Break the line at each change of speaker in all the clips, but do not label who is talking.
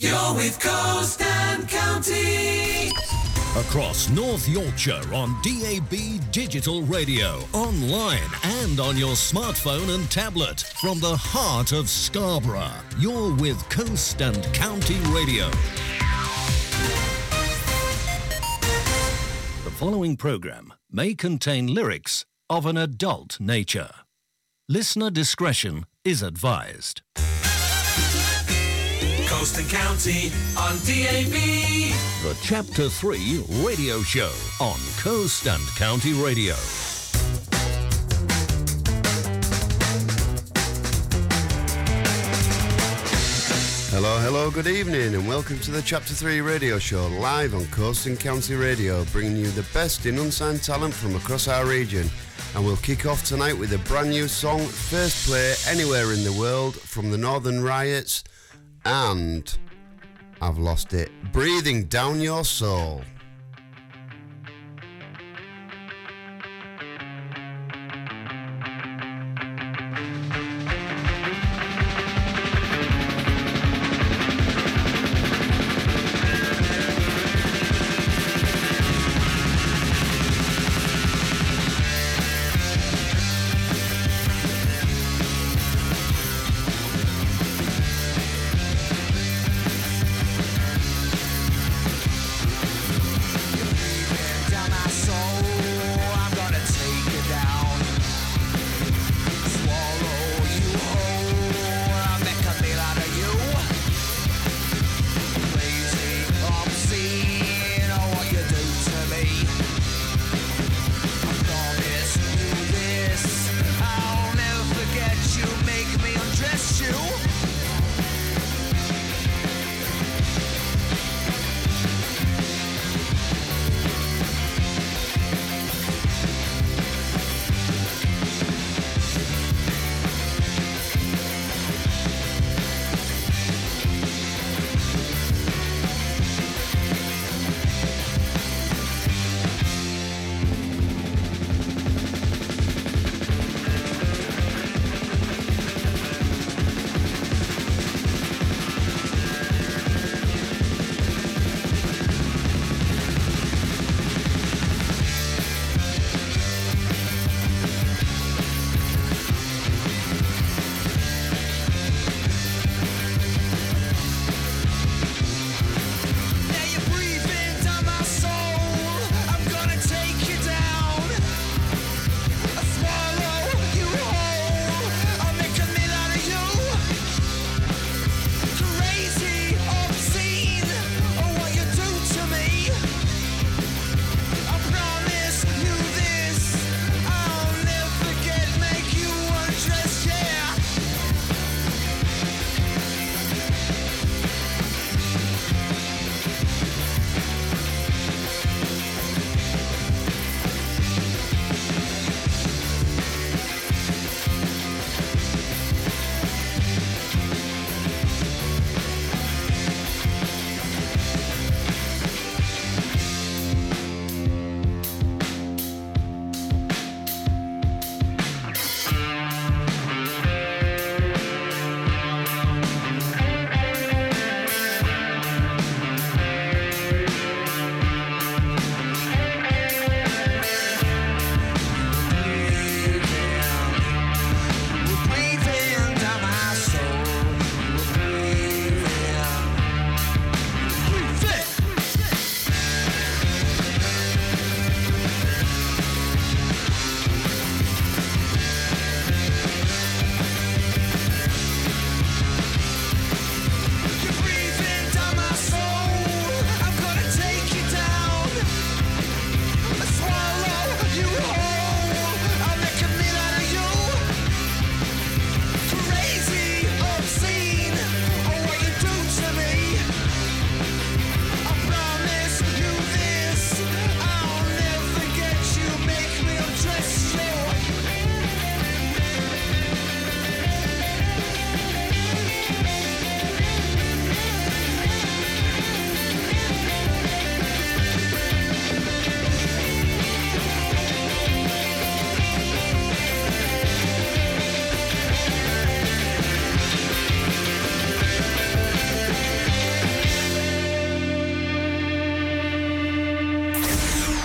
Go with Coast and County.
Across North Yorkshire on DAB Digital Radio, online and on your smartphone and tablet. From the heart of Scarborough, you're with Coast and County Radio. The following programme may contain lyrics of an adult nature. Listener discretion is advised.
Coast and County on DAB.
The Chapter 3 Radio Show on Coast and County Radio.
Hello, hello, good evening, and welcome to the Chapter 3 radio show live on Coast and County Radio, bringing you the best in unsigned talent from across our region. And we'll kick off tonight with a brand new song, first play anywhere in the world from the Northern Riots, and I've lost it, Breathing Down Your Soul.
oh, Oh,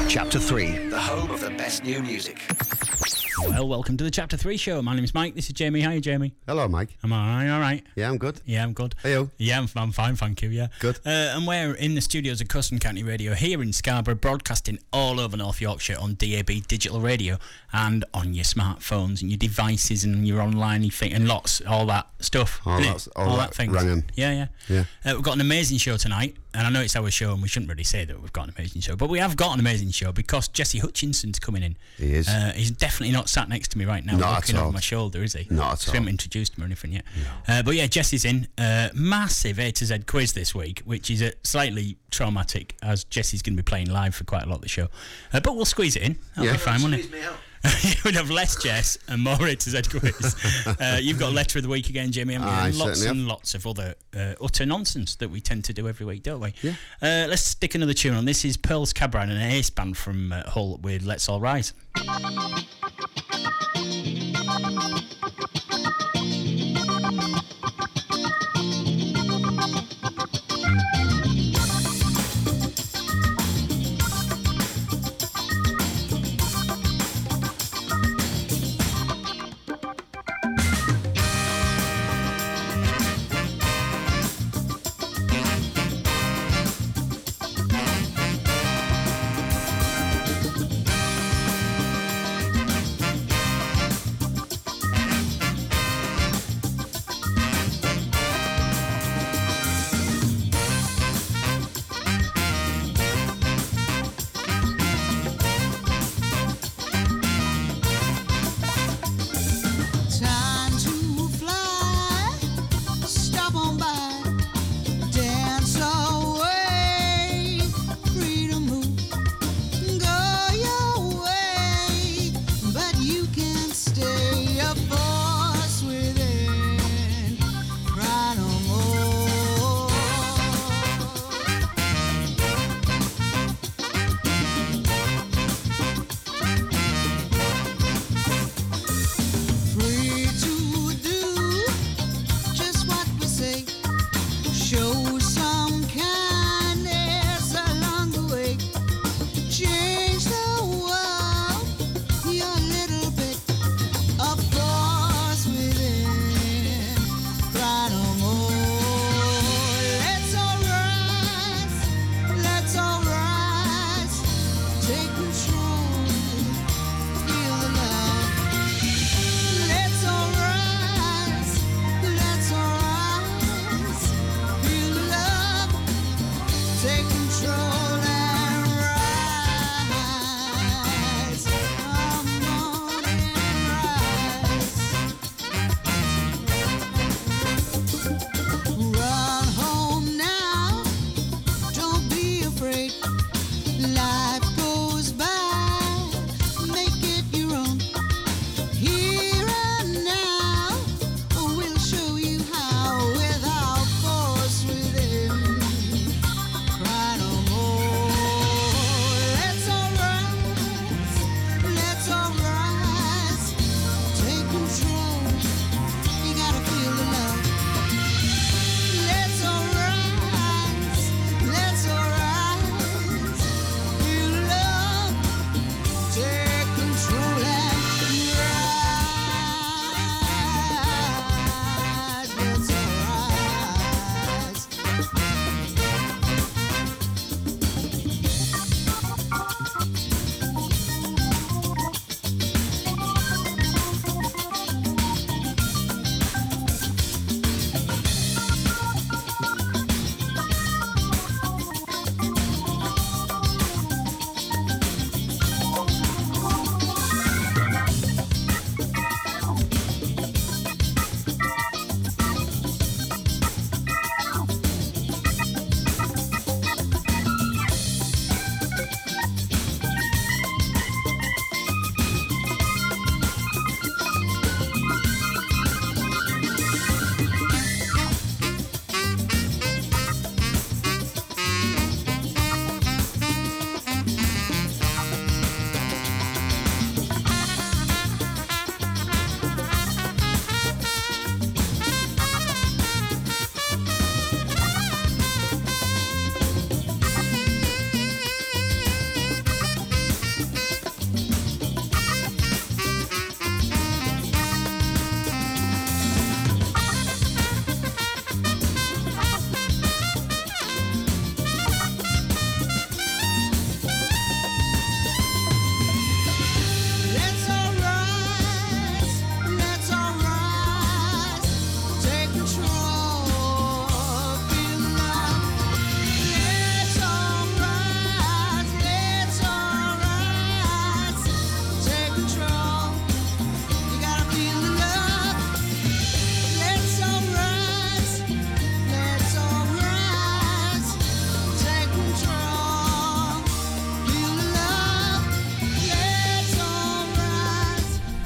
Chapter 3.
The home of the best new music.
Well, welcome to the Chapter 3 show. My name's Mike. This is Jamie. Hi, Jamie.
Hello, Mike.
I'm all right, all right.
Yeah, I'm good.
Yeah, I'm good.
Heyo.
Yeah, I'm, I'm fine, thank you. Yeah.
Good.
Uh, and we're in the studios of Custom County Radio here in Scarborough, broadcasting all over North Yorkshire on DAB digital radio and on your smartphones and your devices and your online thing and lots, all that stuff.
All Oh,
innit?
that's- all that
Oh, things.
ranging.
Yeah, yeah.
Yeah.
Uh, we've got an amazing show tonight, and I know it's our show, and we shouldn't really say that we've got an amazing show, but we have got an amazing show because Jesse Hutchinson's coming in.
He is.
Uh, he's definitely not sat next to me right now,
Not at
looking
all.
over my shoulder, is he?
Not at
So
all.
we haven't introduced him or anything yet. Uh, but yeah, Jesse's in. Uh, massive A to Z quiz this week, which is a slightly traumatic as Jesse's going to be playing live for quite a lot of the show. Uh, but we'll squeeze it in. That'll
Yeah.
be fine, won't it?
Squeeze me out.
We'd have less Jess and more A to Z quiz. uh, you've got letter of the week again, Jimmy, haven't you?
I
and lots
certainly
and lots of other uh, utter nonsense that we tend to do every week, don't we?
Yeah.
Uh, let's stick another tune on. This is Pearls Cabran and an ace band from uh, Hull with Let's All Rise.
Let's all rise.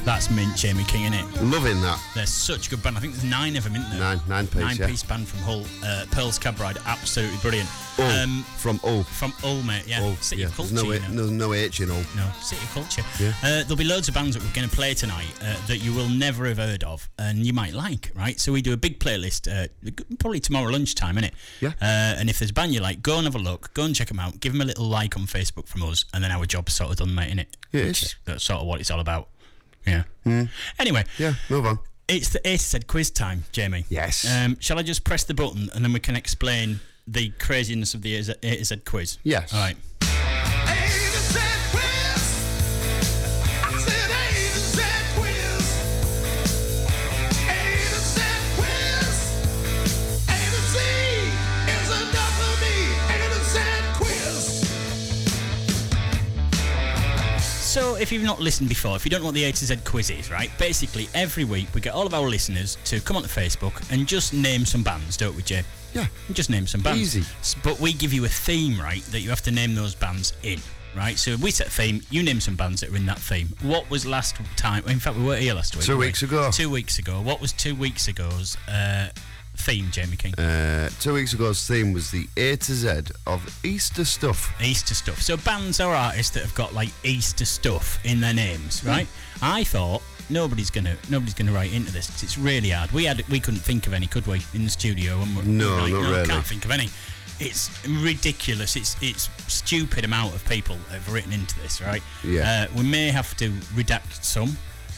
That's mint Jamie King, innit?
Loving that.
They're such a good band. I think there's nine of them, isn't there?
Nine- nine piece, yeah.
piece band from Hull. Uh, Pearl's Cab Ride, absolutely brilliant. Um,
Oh, from oh,
from Hull, mate. Yeah,
oh,
City
yeah.
of Culture.
There's no,
you
H-
know.
there's no H in all.
No, City of Culture.
Yeah.
Uh, there'll be loads of bands that we're going to play tonight uh, that you will never have heard of and you might like, right? So we do a big playlist uh, probably tomorrow lunchtime, innit?
Yeah.
Uh, and if there's a band you like, go and have a look, go and check them out, give them a little like on Facebook from us, and then our job's sort of done, mate, innit?
Yeah, it
Which
is.
is- That's sort of what it's all about. Yeah. Anyway,
Yeah, move on.
it's the it said quiz time, Jamie.
Yes.
Um, shall I just press the button and then we can explain the craziness of the it said- it said quiz?
Yes.
All right. So, if you've not listened before, if you don't know what the A to Z quiz is, right? Basically, every week we get all of our listeners to come onto Facebook and just name some bands, don't we, Jay?
Yeah.
We Just name some bands.
Easy.
S- But we give you a theme, right, that you have to name those bands in, right? So we set a theme, you name some bands that are in that theme. What was last time? In fact, we were here last week.
Two
weren't we?
weeks ago.
Two weeks ago. What was two weeks ago's uh, theme, Jamie King?
Uh, two weeks ago's theme was the A to Z of Easter stuff.
Easter stuff. So bands or artists that have got like Easter stuff in their names, right? I thought nobody's gonna nobody's gonna write into this 'cause it's really hard. We had we couldn't think of any, could we, in the studio? And we're,
No,
we're like,
not
no,
really.
Can't think of any. It's ridiculous. It's it's stupid amount of people have written into this, right?
Yeah.
Uh, we may have to redact some.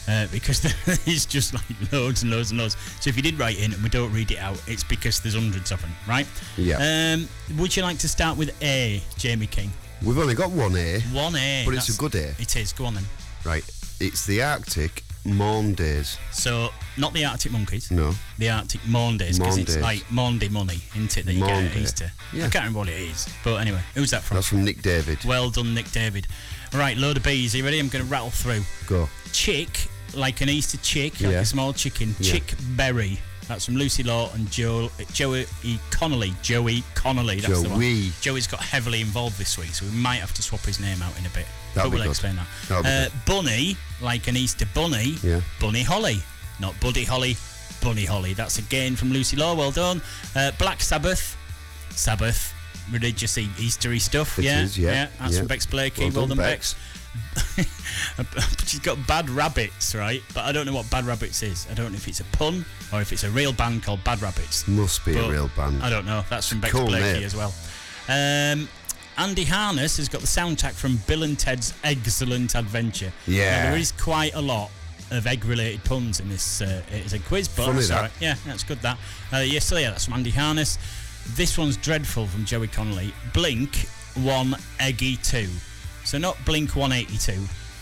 Uh, because there is just like loads and loads and loads. So if you did write in and we don't read it out, it's because there's hundreds of them, right?
Yeah.
Um, would you like to start with A, Jamie King?
We've only got one A.
One A.
But it's a good A.
It is. Go on then.
Right. It's the Arctic Morn Days.
So not the Arctic Monkeys.
No.
The Arctic Mondays because it's
Mondays.
like Monday money, isn't it? That you get at
Monday.
Easter.
Yeah.
I can't remember what it is, but anyway, who's that from?
That's from Nick David.
well done, Nick David. Right, load of bees. Are you ready? I'm going to rattle through.
Go.
Chick, like an Easter chick, like
Yeah.
a small chicken.
Yeah.
Chick berry. That's from Lucy Law and Joel, Joey Connolly. Joey Connolly. That's the
Joey.
one. Joey's got heavily involved this week, so we might have to swap his name out in a bit.
That'll
but
be
we'll
good.
explain that.
That'll be
uh, bunny, like an Easter bunny.
Oh, Yeah.
Bunny Holly, not Buddy Holly. Bunny Holly. That's again from Lucy Law. Well done. Uh, Black Sabbath. Sabbath. Religious e- Eastery stuff.
It
yeah,
is, yeah,
That's
yeah.
from Bex Blakey.
Well
Well,
done,
done, Bex. She's got Bad Rabbits, right? But I don't know what Bad Rabbits is. I don't know if it's a pun or if it's a real band called Bad Rabbits.
Must be
But
a real band.
I don't know. That's from Bex
cool
Blakey
name.
as well. Um, Andy Harness has got the soundtrack from Bill and Ted's Excellent Adventure.
Yeah.
Now, there is quite a lot of egg-related puns in this. Uh, it's a quiz, but
Funny
that's
that.
all right. Yeah, that's good. That. Uh, yes, so yeah, that's from Andy Harness. This one's dreadful from Joey Connolly. Blink one eggy two. So not Blink 182.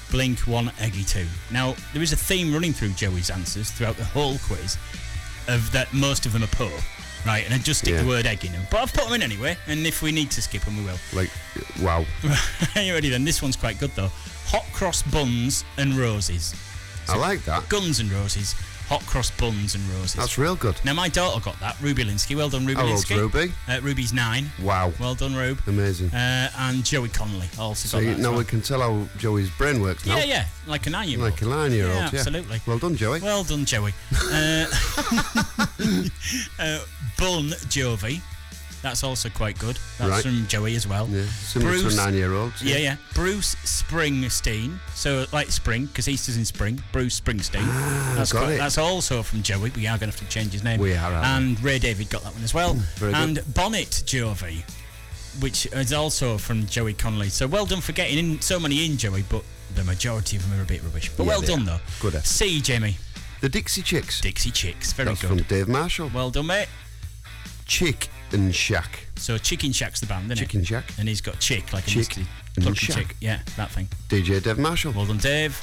Blink one eggy two. Now there is a theme running through Joey's answers throughout the whole quiz, of that most of them are poor, right? And I just stick
Yeah.
the word egg in them. But I've put them in anyway, and if we need to skip them, we will.
Like, wow.
Are you ready then? This one's quite good though. Hot cross buns and roses.
I like that.
Guns and Roses, Hot Cross Buns and Roses.
That's real good.
now my daughter got that. Ruby Linsky, well done, Ruby
How old's
Linsky.
Ruby?
Uh, Ruby's nine.
Wow.
Well done, Rube.
Amazing.
Uh, and Joey Connolly also
So
got
you,
that. as
now
well.
we can tell how Joey's brain works now.
Yeah, yeah, like a nine-year-old.
Like a nine-year-old. Yeah,
absolutely.
Well done, Joey.
Well done, Joey. Uh, uh, Bun Jovi, that's also quite good. That's
Right.
from Joey as well.
yeah, similar
Bruce,
to a nine-year-old.
Yeah, yeah. Bruce Springsteen. So, like spring, because Easter's in spring. Bruce Springsteen. that's,
Ah, got it.
that's also from Joey. We are going to have to change his name.
We are, aren't
And Ray David got that one as well.
very good.
and Bonnet Jovi, which is also from Joey Connolly. So, well done for getting in so many in, Joey, but the majority of them are a bit rubbish. But
Yeah,
well
they
done,
are.
though.
Good effort.
See, Jamie.
The Dixie Chicks.
Dixie Chicks. Very
That's
good.
from Dave Marshall.
Well done, mate.
Chick and Shack.
So, Chicken Shack's the band, isn't
Chicken
it?
Shack.
And he's got Chick, like
Chick
a
and
plucky
Shack.
chick. Yeah, that thing.
DJ Dave Marshall.
Well done, Dave.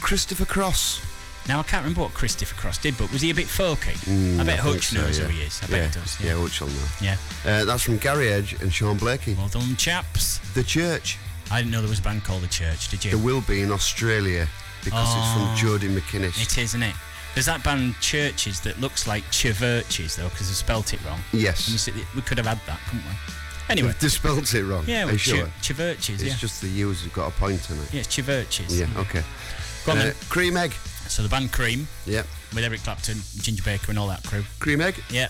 Christopher Cross.
Now I can't remember what Christopher Cross did, but was he a bit folky? I
Mm,
bet
think
Hutch
so,
knows
yeah.
who he is. I
yeah.
bet he does. Yeah.
Yeah, Hutch will know.
yeah.
Uh, that's from Gary Edge and Sean Blakey.
Well done, chaps.
The Church.
I didn't know there was a band called The Church. Did
There
you? Oh,
will be in Australia because it's from Jody McInnes.
It is, isn't it? There's that band Churches that looks like Chiverches though, because they spelt it wrong.
Yes.
And you see, We could have had that, couldn't we? Anyway,
They spelt it wrong.
yeah,
Are
well,
you sure?
Chi- Chiverches.
It's
Yeah.
just the U's have got a point in it.
yeah, it's Chiverches.
Yeah, okay.
Go on
Uh,
then.
cream egg.
So the band Cream
Yep.
with Eric Clapton, Ginger Baker, and all that crew.
Cream Egg,
Yeah,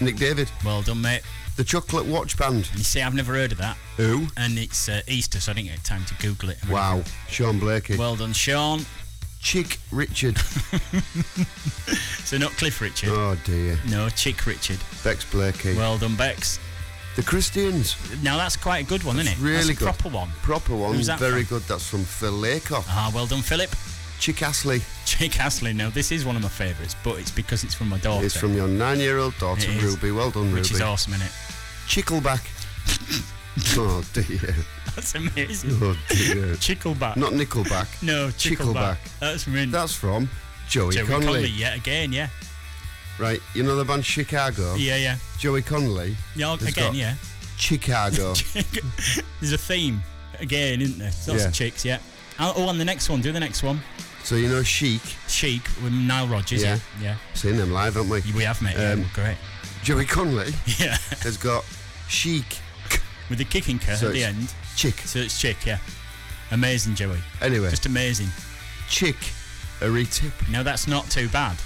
Nick David,
well done, mate.
the Chocolate Watch Band.
You see, I've never heard of that,
Who?
and it's uh, Easter, so I didn't get time to Google it.
Wow. Sean Blakey.
Well done, Sean.
Chick Richard.
So not Cliff Richard.
oh dear.
No, Chick Richard.
Bex Blakey.
Well done, Bex.
the Christians.
Now that's quite a good one, isn't it?
Really
that's a
good.
proper one.
Proper one.
Who's that
Very
from?
good. That's from Phil Lakoff.
Ah, well done, Philip.
Chick Astley.
Jake Astley. Now this is one of my favourites, but it's because it's from my daughter.
It's from your nine-year-old daughter
It is.
Ruby. Well done,
which
Ruby.
is awesome, isn't it?
Chickleback. oh dear.
That's amazing.
Oh dear.
Chickleback.
Not Nickelback.
no, Chickleback.
Chickleback.
That's me.
That's from Joey,
Joey
Conley.
Conley yet again, yeah.
Right. You know the band Chicago.
Yeah, yeah.
Joey Conley.
Yeah,
has
again,
got
yeah.
Chicago.
There's a theme again, isn't there? Lots
Yeah.
of chicks, yeah. Oh, oh, and the next one, do the next one.
so you know Chic.
Chic with Nile Rodgers.
Yeah.
Yeah. Yeah.
Seen them live, haven't we?
We have, mate. Yeah,
Um,
great.
Joey Conley
Yeah.
has got Chic.
with the kicking curve
So
at the
it's-
end.
Chick.
So it's Chick, yeah. Amazing, Joey.
Anyway,
Just amazing.
Chick. A retip.
Now, that's not too bad,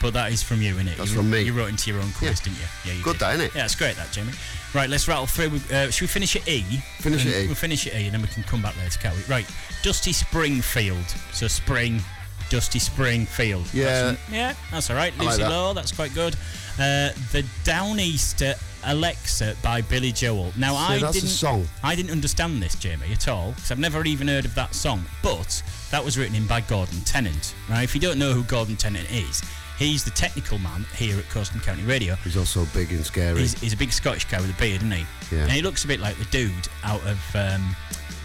but that is from you, innit?
That's
you,
from me.
You wrote into your own quiz,
Yeah.
didn't you? Yeah, you
Good
did.
that, innit?
Yeah, it's great, that, Jamie. Right, let's rattle through. We- Uh, should we finish at E?
Finish
And
at E.
We'll finish at E and then we can come back later, can't we? Right, Dusty Springfield. So, spring, Dusty Springfield.
Yeah.
That's, yeah, that's all right.
I like
Lucy
that.
Lowe, that's quite good. Uh, the Downeaster Alexa by Billy Joel. Now,
So
I
that's a
didn't.
song.
I didn't understand this, Jamie, at all, because I've never even heard of that song. But that was written in by Gordon Tennant. Now, if you don't know who Gordon Tennant is, he's the technical man here at Coastal County Radio.
He's also big and scary.
He's, he's a big Scottish guy with a beard, isn't he?
Yeah.
And he looks a bit like the dude out of um,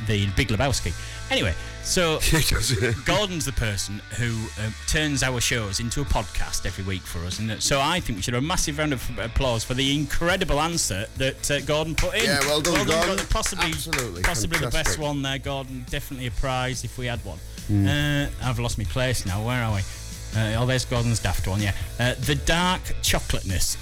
the Big Lebowski. Anyway, so
He does.
Gordon's the person who um, turns our shows into a podcast every week for us, and uh, so I think we should have a massive round of applause for the incredible answer that uh, Gordon put in.
Yeah, well done, Gordon.
Possibly,
Absolutely
possibly the best
fantastic.
one there, Gordon. Definitely a prize if we had one.
Mm.
Uh, I've lost my place now. Where are we? Uh, oh, there's Gordon's daft one. Yeah, uh, the dark chocolateness.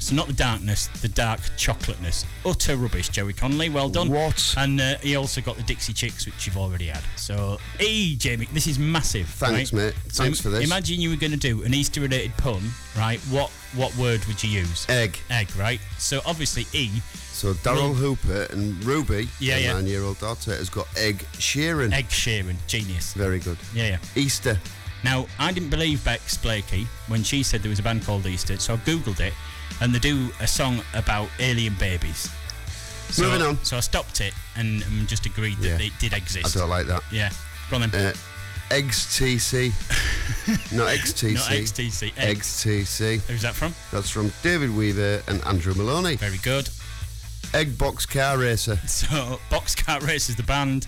So not the darkness, the dark chocolateness. Utter rubbish, Joey Connolly. Well done.
What?
And uh, he also got the Dixie Chicks, which you've already had. So, hey, Jamie, this is massive.
Thanks,
right?
mate. Thanks for this.
Imagine you were going to do an Easter-related pun, right? What what word would you use?
Egg.
Egg, right? So obviously E.
So Daryl Hooper and Ruby,
Yeah,
their
yeah.
nine-year-old daughter, has got Egg Sheeran.
Egg Sheeran, genius.
Very good.
Yeah, yeah.
Easter.
Now I didn't believe Bex Blakey when she said there was a band called Easter, so I googled it, and they do a song about alien babies. So,
Moving on.
So I stopped it and um, just agreed that
Yeah.
it did
I
exist.
don't like that.
Yeah. Go on then.
Uh, XTC. Not XTC.
Not XTC. Eggs.
XTC.
Who's that from?
That's from David Weaver and Andrew Maloney.
Very good.
Egg Box Car Racer.
So, Boxcar Race is the band.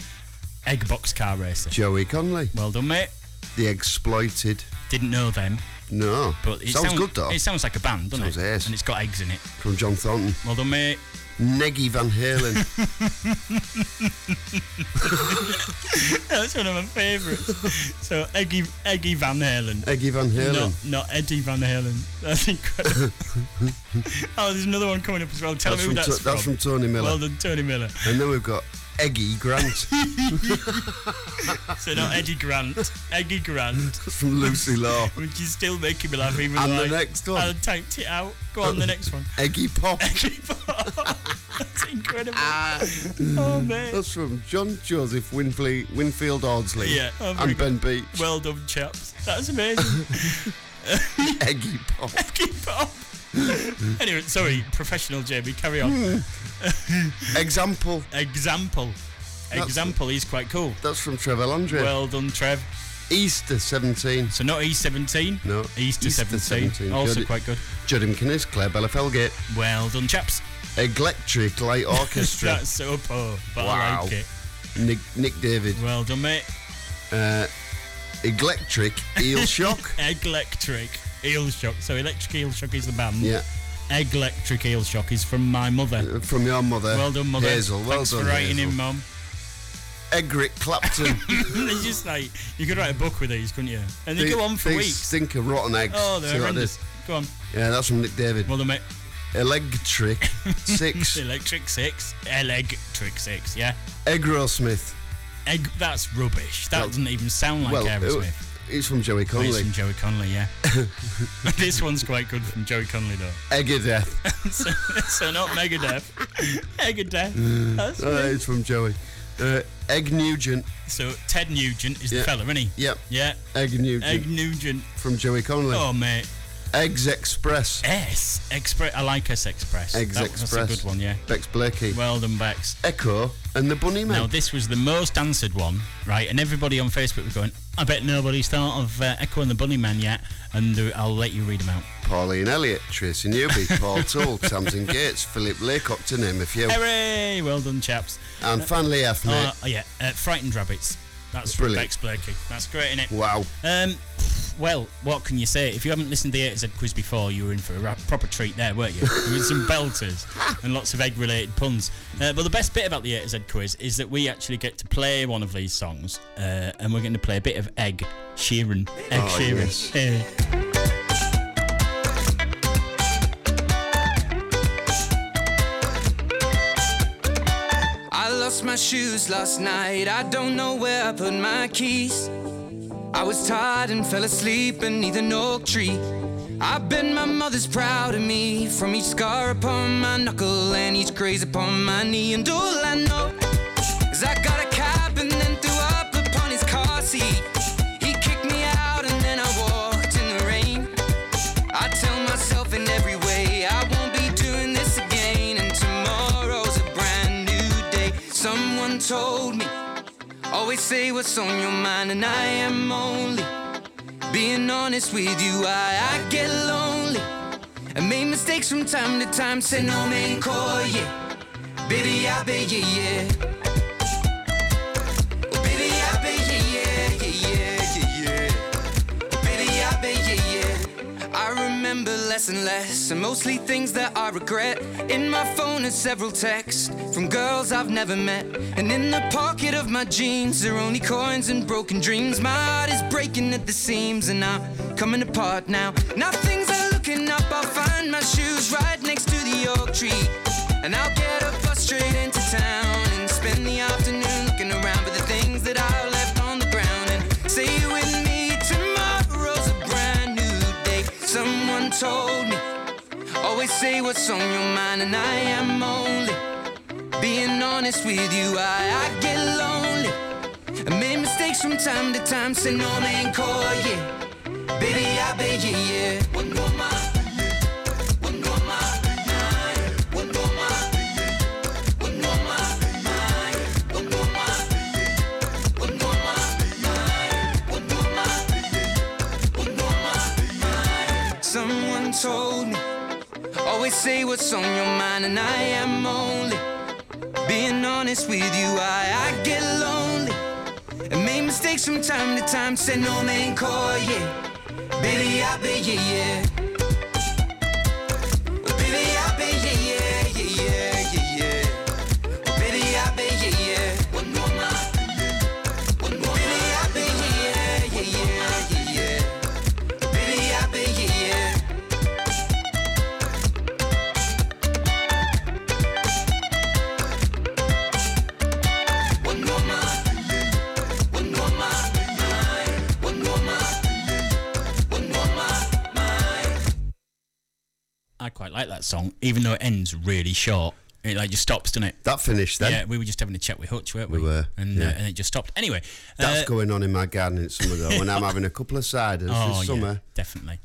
Egg Boxcar Racer.
Joey Conley.
Well done, mate.
The Exploited.
Didn't know them,
No.
but it
sounds, good though.
It sounds like a band, doesn't
Sounds
it?
ace.
And it's got eggs in it.
From John Thornton.
Well done, mate.
Neggy Van Halen.
That's one of my favourites. so, Eggy, Eggy Van Halen.
Eggy Van Halen.
Not, not Eddie Van Halen. That's incredible. oh, there's another one coming up as well. Tell
That's,
me who
from
that's
To-
from.
that's from Tony Miller.
Well done, Tony Miller.
and then we've got Eggy Grant.
So, not Eddie Grant. Eggy Grant.
That's from Lucy Law.
Which is still making me laugh even
And
though
the
I-
next one.
I typed it out. Go on, the next one.
Eggy Pop.
That's incredible. oh, mate.
Mm. That's from John Joseph Winfley, Winfield Audsley
Yeah, oh my
and Ben Beach.
Well done, chaps. That's amazing.
Eggy Pop.
Keep up. anyway, sorry, professional Jamie, carry
Hmm.
on.
Example.
Example. Example is quite cool.
That's from Trevor Landry.
Well done, Trev.
Easter 17.
So not E17.
No,
Easter,
Easter
17.
17.
Also
Good.
quite good.
Judham Kinnis, Claire Bella Felgate.
Well done, chaps.
Electric Light Orchestra.
That's so poor, but I
Wow.
like it.
Nick, Nick David.
Well done, mate.
Uh, electric Eel Shock.
Electric Eel Shock. So Electric Eel Shock is the band.
yeah. Uh,
Electric Eel Shock is from my mother.
From your mother.
Well done, mother.
Hazel. Well
Thanks
done.
for writing
Hazel.
in, mum.
Egric Clapton.
it's just like you could write a book with these, couldn't you? And they,
They-
go on for
they
weeks.
stink of rotten eggs.
Oh,
See
they're
what I did?
horrendous. Go on.
Yeah, that's from Nick David.
Well, they make
Electric Six.
electric six, electric six. Yeah,
Egro Smith.
egg. That's rubbish. That
Well-
doesn't even sound like
well, it,
Aerosmith.
wa- It's from Joey
But it's
Conley.
from Joey Connolly, yeah. this one's quite good from Joey Connolly, though.
Egadeth.
so, so not Megadeth. Megadeth. That's
Uh,
me.
it's from Joey. Uh, Egg Nugent.
So Ted Nugent is
Yeah.
the fella, isn't he?
Yep.
Yeah.
Egg Nugent.
Egg Nugent.
From Joey Conley.
Oh, mate.
Eggs Express.
S. Express. I like S Express.
Eggs
That-
Express.
That's a good one, yeah.
Bex Blakey.
Well done, Bex.
Echo and the Bunny
Now,
Man.
this was the most answered one, right? And everybody on Facebook was going, I bet nobody's thought of uh, Echo and the Bunny Man yet. And uh, I'll let you read them out.
Pauline Elliott, Tracy Newby, Paul Toole, Tamsin Gates, Philip Laycock, to name a few.
Hooray! Well done, chaps.
And finally, F, mate.
Oh, yeah, uh, Frightened Rabbits. That's
Brilliant.
Brilliant. Bex Blakey. That's great, innit?
wow.
Um, well, what can you say? If you haven't listened to the A to Z quiz before, you were in for a ra- proper treat there, weren't you? There was some belters and lots of egg-related puns. Uh, but the best bit about the A to Z quiz is that we actually get to play one of these songs, uh, and we're going to play a bit of Egg Sheeran. Egg
Oh,
Sheeran. Eh.
I lost my shoes last night. I don't know where I put my keys. I was tired and fell asleep beneath an oak tree. I bet my mother's proud of me. From each scar upon my knuckle and each graze upon my knee. And all I know is I got a cab and then threw up upon his car seat. He kicked me out and then I walked in the rain. I tell myself in every way I won't be doing this again. And tomorrow's a brand new day. Someone told me, always say what's on your mind. And I am only being honest with you. I, I get lonely. I made mistakes from time to time. Say no man call yeah. Baby, I beg you, yeah. Oh, Baby, I beg you, yeah, yeah, yeah, yeah, yeah. Baby, I bet, yeah, yeah. I remember less and less, and mostly things that I regret. In my phone are several texts from girls I've never met. And in the pocket of my jeans are only coins and broken dreams. My heart is breaking at the seams, and I'm coming apart now. Now things are looking up, I'll find my shoes right next to the oak tree. And I'll get a bus straight into town and spend the afternoon looking around for the things that I left on the ground. And say you with me tomorrow's a brand new day. Someone told me, always say what's on your mind, and I am only being honest with you. I, I get lonely. I made mistakes from time to time, say no man call yeah. Baby, I beg you, yeah. One more mile, one more mile, nine. One more mile, one more mile, nine. One more mile, one more mile, nine. One more mile, one more mile, nine. Someone told me, always say what's on your mind, and I am only being honest with you. I, I get lonely. I made mistakes from time to time, said no man call, yeah. Baby, I beg you, yeah. Oh, baby, I beg you, yeah, yeah, yeah, yeah, yeah. Oh, baby, I beg you, yeah. One more mile, one more Baby, I beg you, yeah, yeah, yeah, yeah, yeah. Oh, baby, I beg you, yeah. One more mile, one more mile, mile. One more mile, one more mile, mile.
I quite like that song, even though it ends really short. It like just stops, doesn't it?
That finished then.
Yeah, we were just having a chat with Hutch, weren't we?
We were,
And,
yeah.
uh, and it just stopped. Anyway.
That's
uh,
going on in my garden in summer though, and I'm having a couple of ciders
Oh,
this
yeah,
summer.
definitely.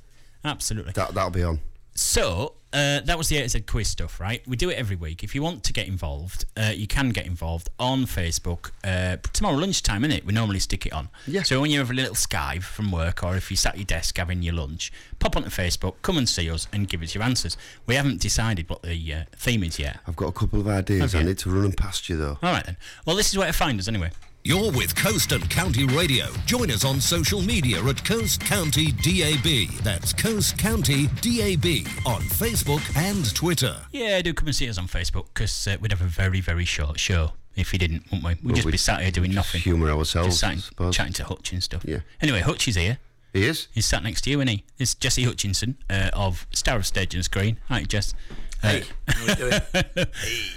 Absolutely.
That that'll be on.
So uh, that was the A to Z quiz stuff, right? We do it every week. If you want to get involved, uh, you can get involved on Facebook uh, tomorrow lunchtime, innit? We normally stick it on.
Yeah.
So when you have a little skive from work, or if you sat at your desk having your lunch, pop onto Facebook, come and see us, and give us your answers. We haven't decided what the uh, theme is yet.
I've got a couple of ideas.
Have
I
you?
need to run and past you though.
All right then. Well, this is where to find us anyway.
You're with Coast and County Radio. Join us on social media at Coast County DAB. That's Coast County DAB on Facebook and Twitter.
Yeah, do come and see us on Facebook because uh, we'd have a very, very short show if you didn't, wouldn't we? We'd just
we'd
be sat here doing nothing.
Humour ourselves,
Just
I
sat and
suppose.
chatting to Hutch and stuff.
Yeah.
Anyway, Hutch is here.
He is.
He's sat next to you, isn't he? It's Jesse Hutchinson uh, of Star of Stage and Screen. Hi, Jess. Uh,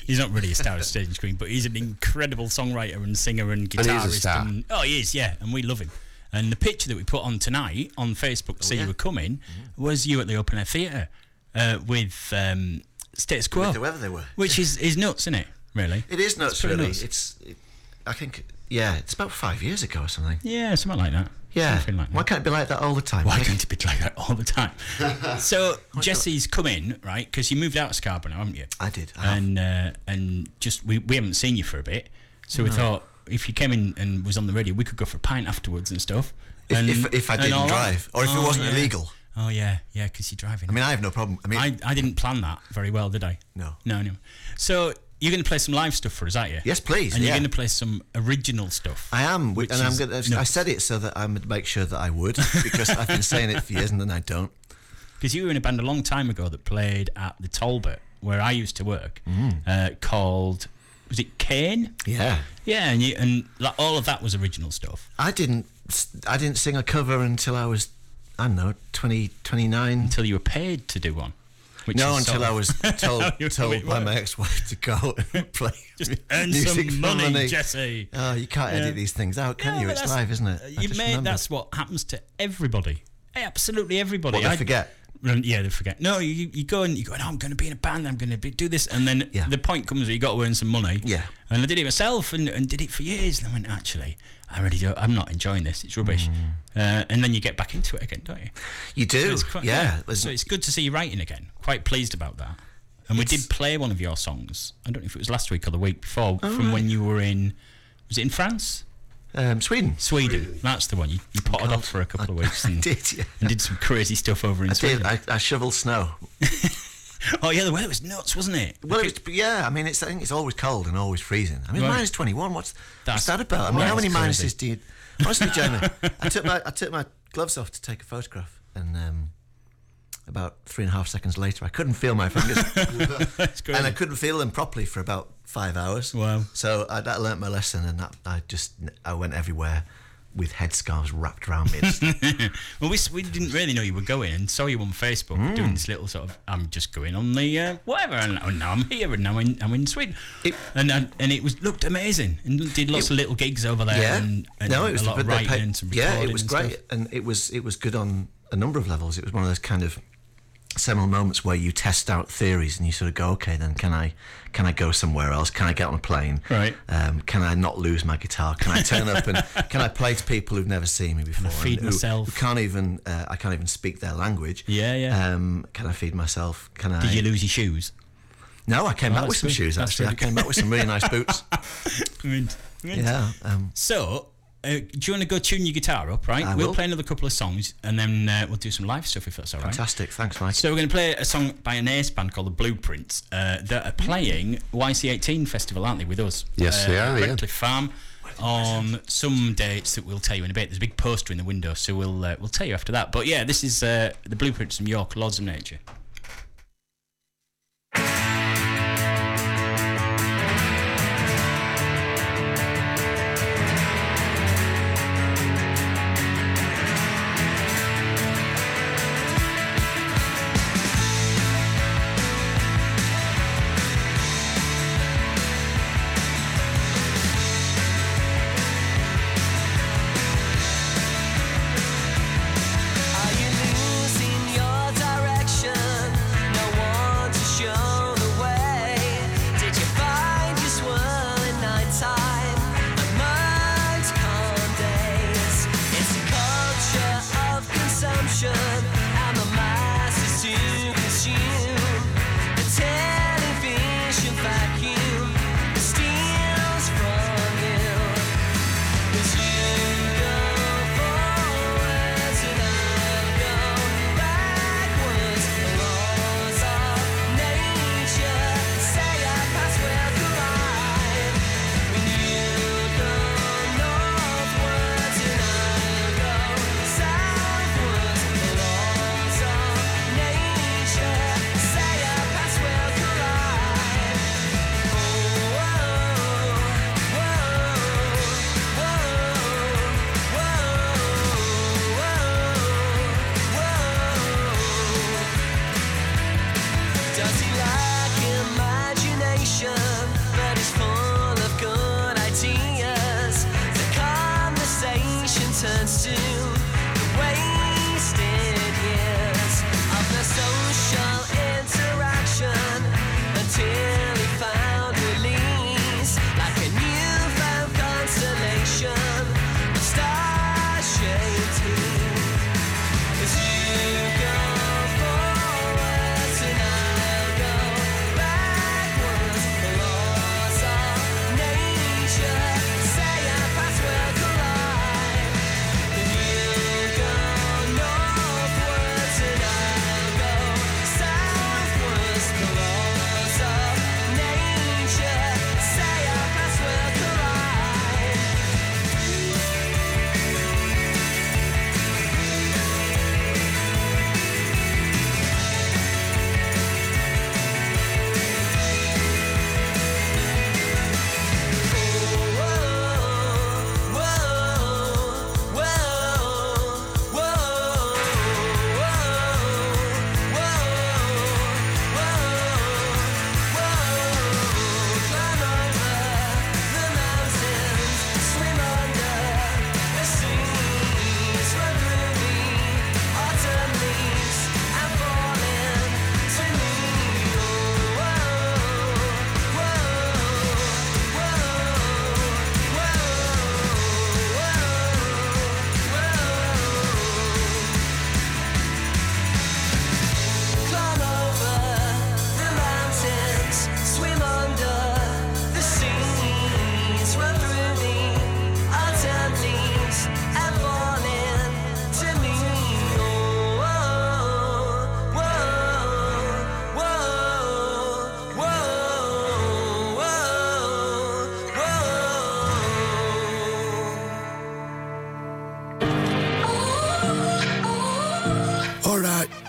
he's not really a star of stage and screen, but he's an incredible songwriter and singer and
he's a
guitarist.
star.
oh, he is, yeah, and we love him. And the picture that we put on tonight on
Oh,
Facebook to say
yeah.
you were coming
Mm-hmm.
was you at the Open Air Theatre uh, with um, Status Quo.
With whoever they were.
Which is, is nuts, isn't it? Really?
It is nuts,
pretty
really.
nuts.
It's, it, I think, yeah, it's about five years ago or something.
Yeah, something like that.
Yeah.
Something like that.
Why can't it be like that all the time?
Why
Nick?
can't it be like that all the time? so Jesse's come in, right? Because you moved out of Scarborough, haven't you?
I did. I have.
and uh, and just we, we haven't seen you for a bit, so we thought if you came in and was on the radio, we could go for a pint afterwards and stuff.
If-
and,
if- if I
and
didn't
all that. Oh,
drive, or if it wasn't
yeah.
illegal.
Oh yeah, yeah, because you're driving.
I mean, I have no problem. I mean,
I, I didn't plan that very well, did I?
No.
No, no. So you're going to play some live stuff for us, aren't you?
Yes, please,
And
yeah.
you're going to play some original stuff.
I am,
which
and I'm
is
gonna. I
nuts.
said it so that I would make sure that I would, because I've been saying it for years and then I don't.
because you were in a band a long time ago that played at the Talbot where I used to work, uh, called was it Kane?
Mm. Yeah,
Yeah, and you, and like, all of that was original stuff.
I didn't. s- I didn't sing a cover until I was, I don't know, 20, 29.
Until you were paid to do one. Which
No,
is sort
until
of-
I was told
how you
told
do it
by my
work.
ex-wife to go and play.
Just earn
music
some
for
money, Jesse.
Oh, you can't edit
Yeah.
these things out, can
No,
you?
but
It's
that's-
live, isn't it? I
You
just
made
remembered.
that's what happens to everybody. Absolutely everybody.
What, they forget?
Run- Yeah, they forget. No, you, you go and you go. No, I'm going to be in a band. I'm going to be, do this, and then
Yeah.
the point comes where you got to earn some money.
Yeah.
And I did it myself, and, and did it for years. And I went, actually, I really do. I'm not enjoying this. It's rubbish. Uh, and then you get back into it again, don't you?
Mm. You do,
It's quite-
yeah. There's-
So it's good to see you writing again. Quite pleased about that. And we did play one of your songs. I don't know if it was last week or the week before,
Oh,
from when you were in. Was it in France?
um, Sweden.
Sweden. That's the one. You, you potted off for a couple of weeks and,
did, yeah.
and did some crazy stuff over in
I
Sweden.
did. I, I shoveled snow.
oh, yeah, the weather was nuts, wasn't it?
Well, it's, yeah. I mean, it's. I think it's always cold and always freezing. I mean,
Right.
minus twenty-one. What's,
That's-
what's that about? I mean, how
that's
many
crazy.
minuses do you? Honestly, Jamie, I took my I took my gloves off to take a photograph, and um, about three and a half seconds later, I couldn't feel my fingers,
That's crazy.
and I couldn't feel them properly for about five hours.
Wow.
So I, that learnt my lesson, and that I just I went everywhere with headscarves wrapped around me. It's-
well, we, s- we didn't really know you were going and saw you on Facebook
Hmm.
doing this little sort of, I'm just going on the uh, whatever, and oh, now I'm here and now I'm in, I'm in Sweden.
It-
and, and and it was looked amazing and did lots of little gigs over there
yeah.
and, and
no, it was
a lot of
but they
writing
paid-
and some recording.
Yeah, it was
and
great,
stuff.
and it was it was good on a number of levels. It was one of those kind of seminal moments where you test out theories and you sort of go, okay, then can I can I go somewhere else? Can I get on a plane?
Right.
Um, can I not lose my guitar? Can I turn up and can I play to people who've never seen me before? and
feed
who-
myself?
Who can't even uh, I can't even speak their language.
Yeah, yeah.
Um, can I feed myself? Can I?
Did you lose your shoes? Oh,
no, I came back with
that's
some
good.
shoes
That's
actually. I
really
came back with some really nice boots. yeah. Um,
So, uh, do you want to go tune your guitar up, right?
I
we'll
will.
play another couple of songs and then uh, we'll do some live stuff if that's all right.
fantastic. Thanks, Mike.
So, we're going to play a song by an ace band called The Blueprints uh, that are playing YC18 Festival, aren't they, with us?
Yes, they are, yeah.
Redcliffe Farm on some dates that we'll tell you in a bit. There's a big poster in the window, so we'll uh, we'll tell you after that. But yeah, this is uh, The Blueprints from York, Lords of Nature.
Are you losing your direction?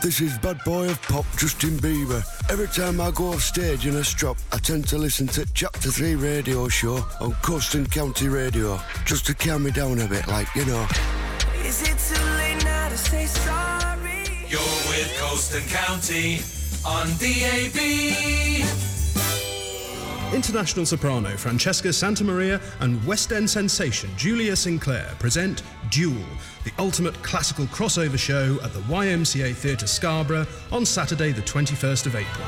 This is Bad Boy of Pop, Justin Bieber. Every time I go off stage in a strop, I tend to listen to Chapter 3 radio show on Coast and County Radio, just to calm me down a bit, like, you know.
Is it too late now to say sorry?
You're with Coast and County on DAB.
International soprano Francesca Santamaria and West End sensation Julia Sinclair present Duel, the ultimate classical crossover show at the YMCA Theatre Scarborough on Saturday, the 21st of April.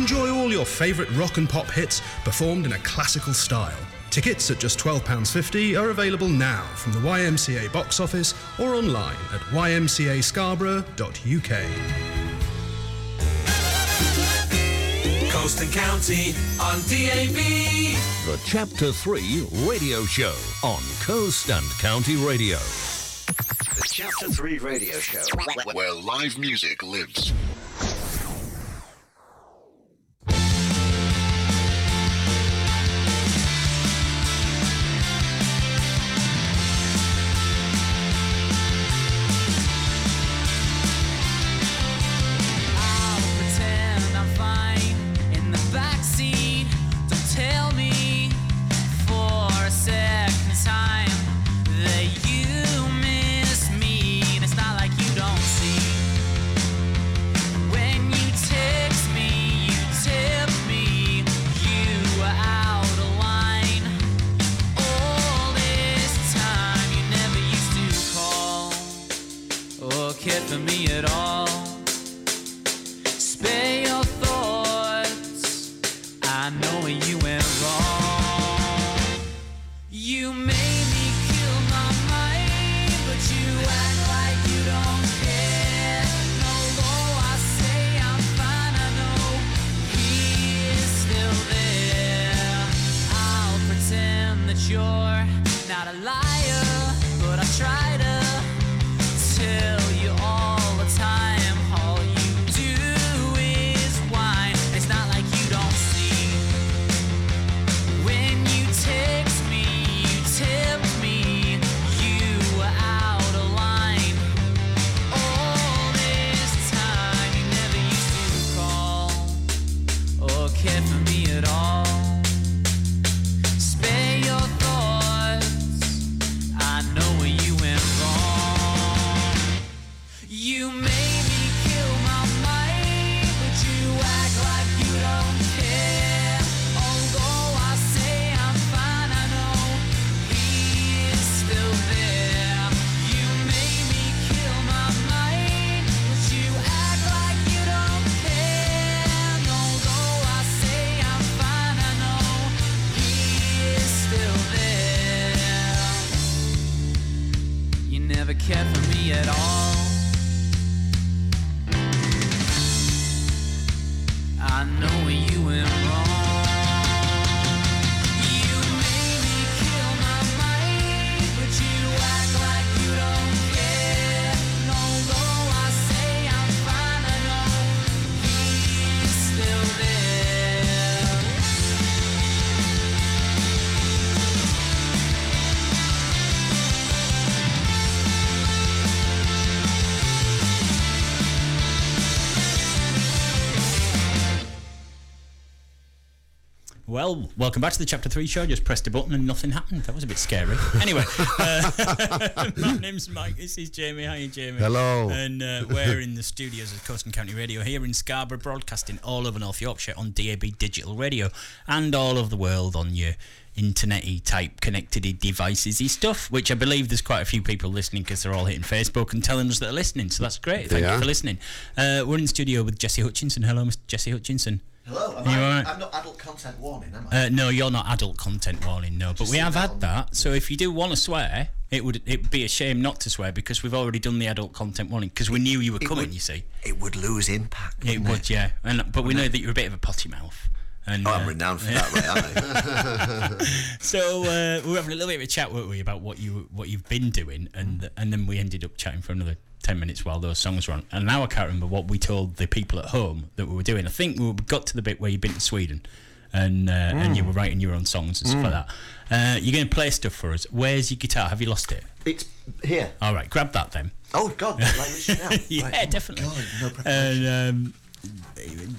Enjoy all your favourite rock and pop hits performed in a classical style. Tickets at just £12.50 are available now from the YMCA box office or online at ymcascarborough.uk.
Coast and County on DAB.
The Chapter 3 Radio Show on Coast and County Radio.
The Chapter 3 radio show.
where live music lives.
I'll pretend I'm fine in the backseat. Don't tell me for a second time that you miss me. And it's not like you don't see. When you text me, you tip me, you were out of line. All this time you never used to call or care for me at all. Spare your thoughts. I know where you went wrong. You made me kill my mind, but you act like you don't care. And although I say I'm fine, I know he is still there. I'll pretend that you're not a liar, but I try to tell you all the time. All you do is whine. It's not like you don't see. When you text me, you tip me, you were out of line. All this time, you never used to call or care for me at all. Spare your thoughts. I know where you went wrong. You made me kill my mind, but you act like you don't care. Although I say I'm fine, I know he is still there. You made me kill my mind, but you act like you don't care. And although I say I'm fine, I know he is still there. You never cared for me at all. I know where you went wrong. You made me kill my mind, but you act like you don't care. And although I say I'm fine, I know he's still there.
Well, welcome back to the Chapter 3 show. Just pressed a button and nothing happened. That was a bit scary. Anyway, uh, my name's Mike. This is Jamie. Hi, Jamie.
Hello.
And uh, we're in the studios of Coast and County Radio here in Scarborough, broadcasting all over North Yorkshire on DAB digital radio and all over the world on your internet type connected devices y stuff, which I believe there's quite a few people listening because they're all hitting Facebook and telling us that they're listening. So that's great. Thank
are.
you for listening. Uh, we're in the studio with Jesse Hutchinson. Hello, Mr. Jesse Hutchinson.
Hello, am
You
I,
alright?
I'm not adult content warning, am I?
Uh, no, you're not adult content warning, no. But we have
that
had
on-
that. So if you do want to swear, it would it would be a shame not to swear because we've already done the adult content warning because we knew you were coming.
would-
You see,
it would lose impact.
it
wouldn't
would, yeah. And but we know that you're a bit of a potty mouth. And
Oh,
uh,
I'm renowned for that, right? Aren't I?
so uh, we were having a little bit of a chat, weren't we, about what you what you've been doing,
Mm.
and and then we ended up chatting for another ten minutes while those songs were on. And now I can't remember what we told the people at home that we were doing. I think we got to the bit where you've been to Sweden, and uh, and
Mm.
you were writing your own songs and stuff like that. Uh, you're going to play stuff for us. Where's your guitar? Have you lost it?
It's here.
All right, grab that then.
Oh God! Like literally now.
yeah,
Right.
definitely.
God, no preparation.
And um,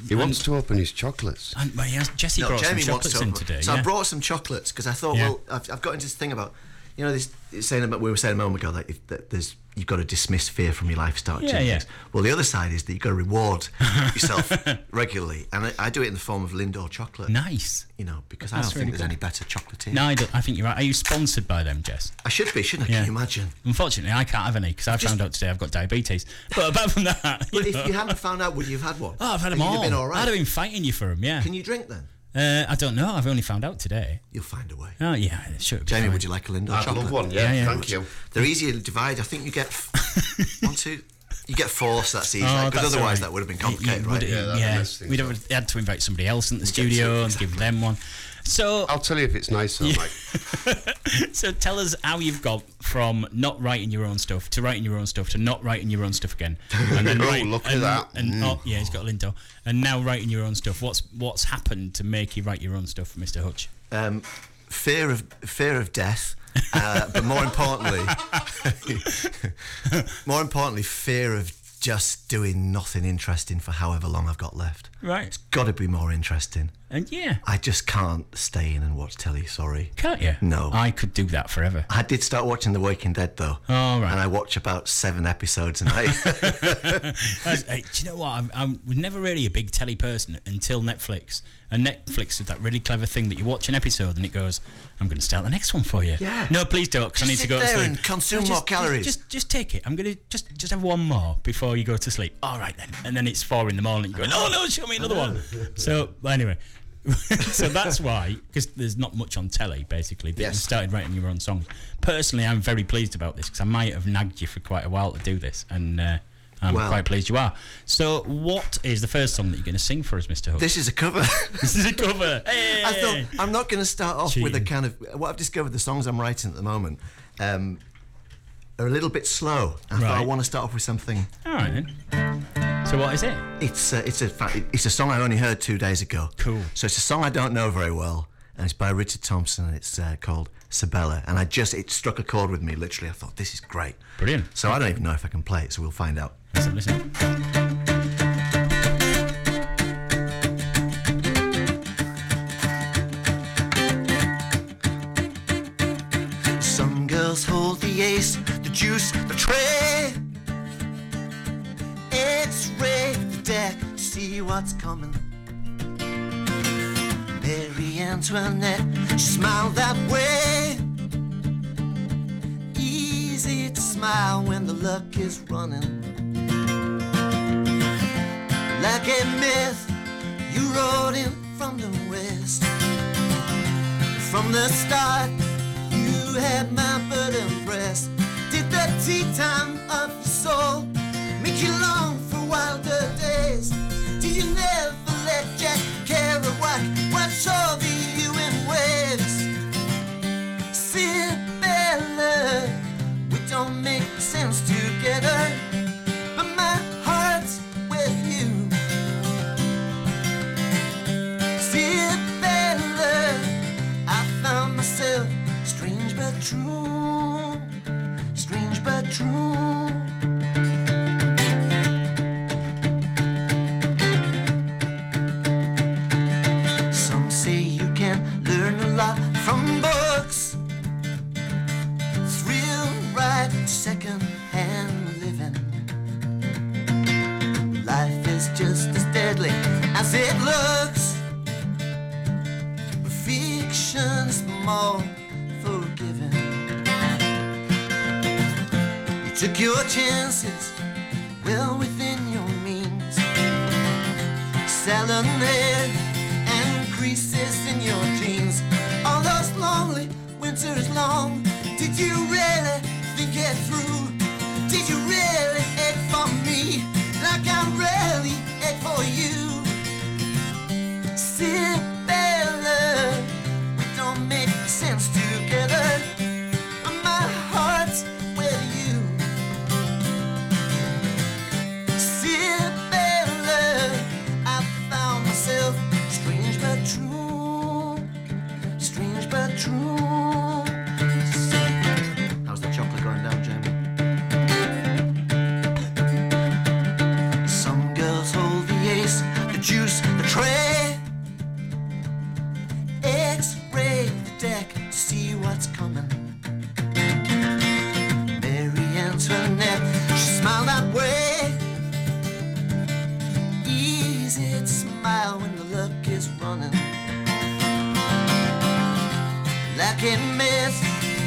He wants to open his chocolates.
and well, he has, Jesse
No,
brought
Jamie
some
wants
chocolates in
chocolate.
today.
So
yeah.
I brought some chocolates because I thought,
Yeah.
well, I've, I've got into this thing about, you know, this it's saying about we were saying a moment ago that, if, that there's you've got to dismiss fear from your life, start
Yeah,
doing
yeah.
things. Well, the other side is that you've got to reward yourself regularly, and I, I do it in the form of Lindor chocolate.
Uh, nice.
You know, because I
That's
don't
really
think there's
good.
any better chocolatier.
No, I, don't- I think you're right. Are you sponsored by them, Jess?
I should be, shouldn't I?
Yeah.
Can you imagine?
Unfortunately, I can't have any because I
Just-
found out today I've got diabetes. But apart from that,
But if
know.
you hadn't found out, would you have had one?
oh, I've had
Then
them all.
You'd have been all right.
I'd have been fighting you for them. Yeah.
Can you drink then?
Uh, I don't know. I've only found out today.
You'll find a way.
Oh yeah, sure. it'd be
Jamie,
fine.
would you like a Lindor
I'd
chocolate?
love one, yeah,
Yeah, yeah.
thank you.
They're easier to divide. I think you get f- one, two. You get four, so that's easy.
Oh,
Because
that's
otherwise,
alright.
that would have been
You- you
complicated,
would-
right?
Yeah, that'd
yeah,
mess things
we'd
up.
have had to invite somebody else into the
get
studio
two,
and give them one. So,
I'll tell you if it's nice or like.
so tell us how you've got from not writing your own stuff to writing your own stuff to not writing your own stuff again, and
Oh,
write-
look at
and,
that.
And oh, yeah, he's got Lindo, and now writing your own stuff. What's what's happened to make you write your own stuff, Mister Hutch?
Um, fear of fear of death, uh, but more importantly, more importantly, fear of just doing nothing interesting for however long I've got left.
Right,
Got to be more interesting.
and yeah,
I just can't stay in and watch telly. Sorry.
can't you?
No.
I could do that forever.
I did start watching The Waking Dead though.
Oh, right.
And I watch about seven episodes a night.
That's- hey, do you know what? I'm, I'm was never really a big telly person until Netflix. And Netflix did that really clever thing that you watch an episode and it goes, "I'm going to start the next one for you."
Yeah.
No, please don't, because I
Just
need to
sit
go to
there
sleep.
and consume
No,
more calories.
Just, just, take it. I'm going to just, just have one more before you go to sleep. All right then. And then it's four in the morning. You go, "No, no, show me another one." So anyway. so that's why, because there's not much on telly, basically, that you
Yes.
started writing your own songs. Personally, I'm very pleased about this because I might have nagged you for quite a while to do this, and uh, I'm
Well-
quite pleased you are. So, what is the first song that you're going to sing for us, Mr. Hook?
this is a cover.
This is a cover. Hey!
I thought I'm not going to start off with a
Cheating.
kind of what I've discovered. The songs I'm writing at the moment um, are a little bit slow. I thought I
Right.
want to start off with something.
All right then. So, what is it?
It's a, it's a fa- it's a song I only heard two days ago.
Cool.
So it's a song I don't know very well, and it's by Richard Thompson, and it's uh, called Sabella. And I just it struck a chord with me. Literally, I thought this is great.
Brilliant.
So I don't even know if I can play it. So we'll find out.
Let's have a listen.
Some girls hold the ace, the juice, the tray. It's ray the deck to see what's coming. Mary Antoinette, she smiled that way. Easy to smile when the luck is running. Like a myth, you rode in from the west. From the start, you had my burden breast. Did the tea time of your soul make you long for wilder days? Did you never let Jack Kerouac watch over you in waves? Sibella, we don't make sense together, but my heart's with you. Sibella. I found myself strange but true, strange but true. Some say you can learn a lot from books, thrill right second hand living. Life is just as deadly as it looks. Fiction's more forgiving. You took your chances well within your means. Selling there and creases in your jeans. All those lonely winters long. Did you really think it through? Did you really ache for me like I really ache for you? Cinderella. We don't make sense together. But my heart's with you. Cinderella. I found myself strange but true. Strange but true. How's the chocolate going down, Jamie? let's brave the deck to see what's coming. Marie Antoinette, she smiled that way. Easy to smile when the luck is running. Like a mist,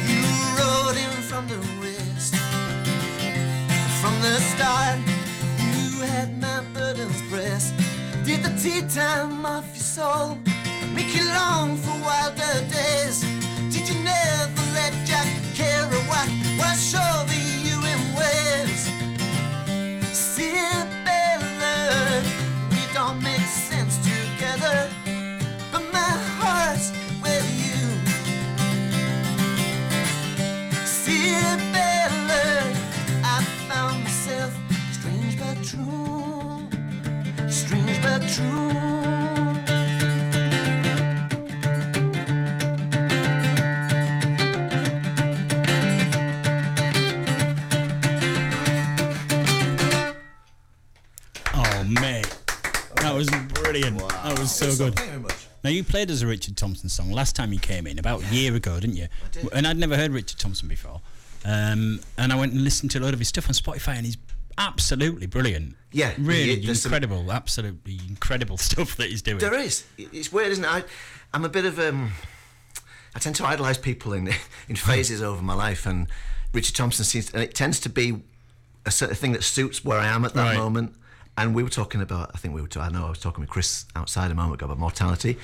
you rode in from the west. From the start, you had my burden's breast. Did the tea time off your soul make you long for wilder days? Did you never let Jack Kerouac wash over you in waves? Sibella, we don't make sense together, but my heart's with you. Sibella, I found myself strange but true strange but true.
Oh, mate. That was brilliant. That was so
Yes,
good.
thank you very much.
Now, you played us a Richard Thompson song last time you came in, about a year ago, didn't you?
I did.
And I'd never heard Richard Thompson before. Um, and I went and listened to a load of his stuff on Spotify, and he's absolutely brilliant.
Yeah, he-
Really
there's some-
incredible, absolutely incredible stuff that he's doing.
There is. It- It's weird, isn't it? I, I'm a bit of um, I tend to idolise people in in phases over my life, and Richard Thompson seems, and it tends to be a certain thing that suits where I am at that
Right.
moment. And we were talking about, I think we were, ta- I know I was talking with Chris outside a moment ago about mortality.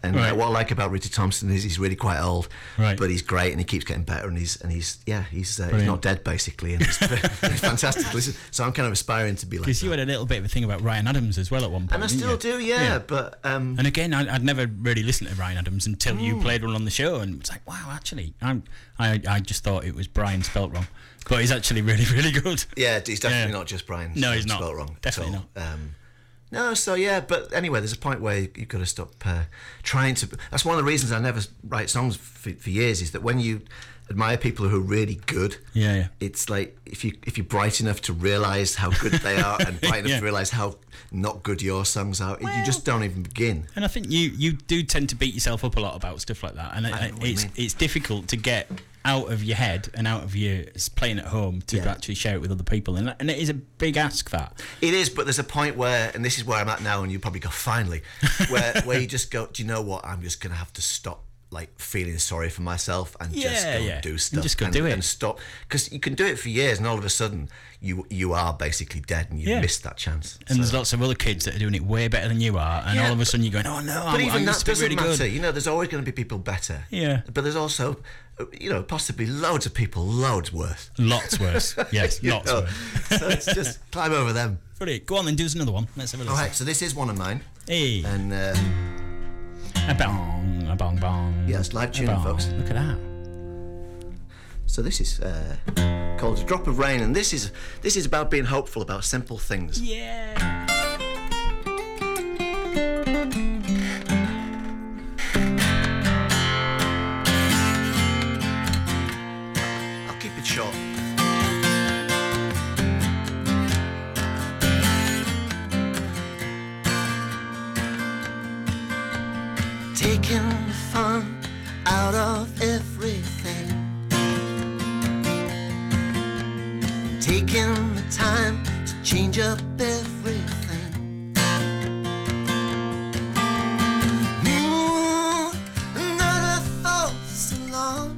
And uh,
Right.
what I like about Richard Thompson is he's really quite old,
Right.
but he's great and he keeps getting better and he's and he's yeah he's uh, he's
Brilliant.
not dead basically and it's, it's fantastic. to listen. So I'm kind of aspiring to be like.
Because you had a little bit of a thing about Ryan Adams as well at one point.
And I
didn't you?
still do, yeah, but um, Mm.
and again, I, I'd never really listened to Brian Adams until you played one on the show, and it's like, wow, actually, I'm, I I just thought it was Brian spelt wrong, but he's actually really really good.
Yeah, he's definitely not just Brian.
No, he's
It's
not.
spelt wrong. at
Definitely
all. Um, no, so yeah, but anyway, there's a point where you- you've got to stop uh, trying to. That's one of the reasons I never s- write songs for, for years. Is that when you admire people who are really good,
Yeah, yeah.
it's like if you if you're bright enough to realise how good they are and bright enough to realise how not good your songs are, you just don't even begin.
And I think you you do tend to beat yourself up a lot about stuff like that, and I,
know what you
it's
mean.
it's difficult to get out of your head and out of your s- playing at home to
Yeah.
actually share it with other people, and and it is a big ask that.
It is, but there's a point where, and this is where I'm at now, and you probably go finally, where where you just go, do you know what? I'm just gonna have to stop like feeling sorry for myself and just
Yeah,
go
yeah.
do
And
stuff
just go do it.
and stop because you can do it for years, and all of a sudden you you are basically dead and you
Yeah.
missed that chance.
And there's lots of other kids that are doing it way better than you are, and
Yeah,
all of a
but-
sudden you're going, oh no,
but
I, I
even
used
that
to be
doesn't
really
matter.
good.
You know, there's always going to be people better.
Yeah.
But there's also, uh, you know, possibly loads of people loads worse.
Lots worse. Yes,
You
lots
know,
worse.
So it's just climb over them.
Brilliant. Go on then, do us another one. Let's have a
All
listen.
right. So this is one of mine.
Hey.
And uh,
A bong, a bong bong.
yeah, it's live
a
tune,
bong.
folks.
Look at that.
So this is uh, called a drop of rain, and this is this is about being hopeful about simple things.
Yeah.
I'll keep it short.
taking the fun out of everything. Taking the time to change up everything. Ooh, another false alarm.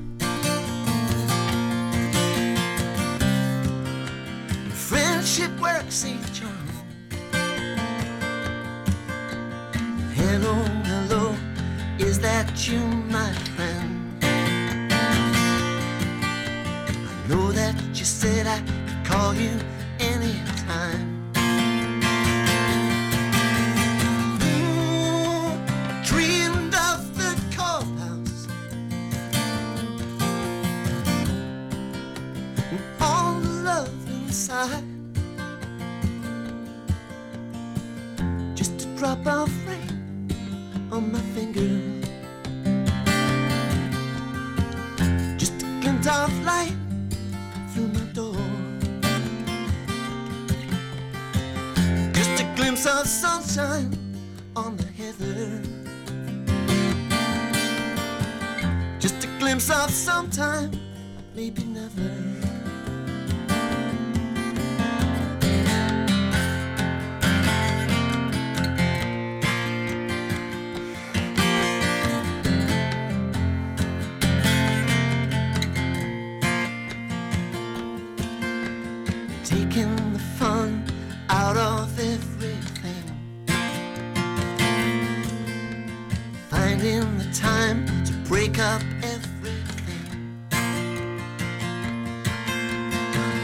Friendship works a charm. Hello, hello. Is that you, my friend? I know that you said I could call you anytime. Ooh, dreamed of the courthouse. And all the love inside. Just a drop of rain on my finger. Just a glint of light through my door. Just a glimpse of sunshine on the heather. Just a glimpse of sometime, maybe never. taking the fun out of everything. Finding the time to break up everything.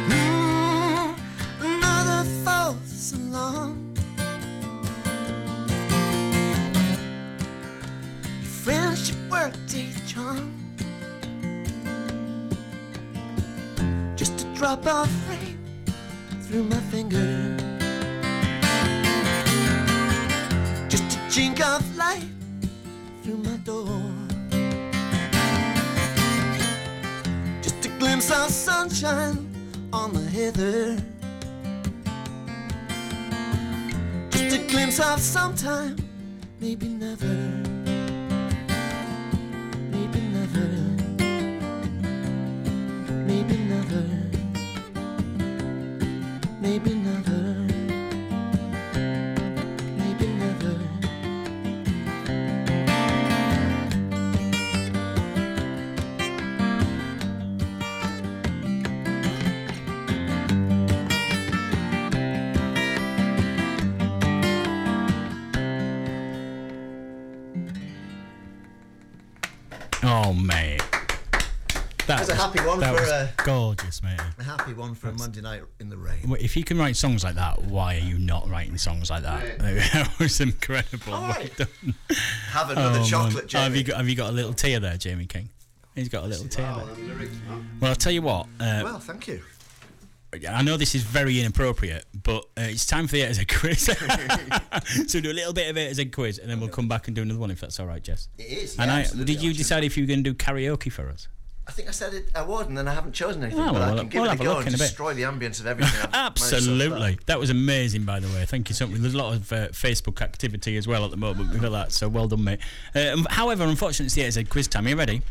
Mm, another false alarm. Your friendship workday charm. Just a drop of rain through my finger. Just a chink of light through my door. Just a glimpse of sunshine on the heather. Just a glimpse of sometime, maybe never. Maybe never. Maybe never. Maybe never. Maybe never.
Oh, mate.
That was a happy one
that
for uh,
was
a-
gorgeous, mate.
A happy one for a Monday night in the rain.
Well, If you can write songs like that, why are you not writing songs like that? That was incredible.
All
Well
right.
done.
Have another
man.
chocolate,
Oh,
Jamie.
Have you got Have you got a little tear there, Jamie King? He's got a little tear there. Well, I'll tell you what. Uh,
well, thank you.
I know this is very inappropriate, but uh, it's time for the it as a quiz. so do a little bit of it as a quiz, and then we'll come back and do another one if that's all right, Jess.
It is,
and
yeah,
I,
absolutely,
did you decide if you were going to do karaoke for us?
I think I said it, I would, and then I haven't chosen anything.
Ah,
but
well,
I
we'll-
can give
we'll
it
have a
a go
look
and
in a bit.
destroy the ambience of everything. I've managed so far.
Absolutely. That was amazing, by the way. Thank you so much. There's a lot of uh, Facebook activity as well at the moment with all that, so well done, mate. Uh, um, however, unfortunately, it's the AZ quiz time. Are you ready?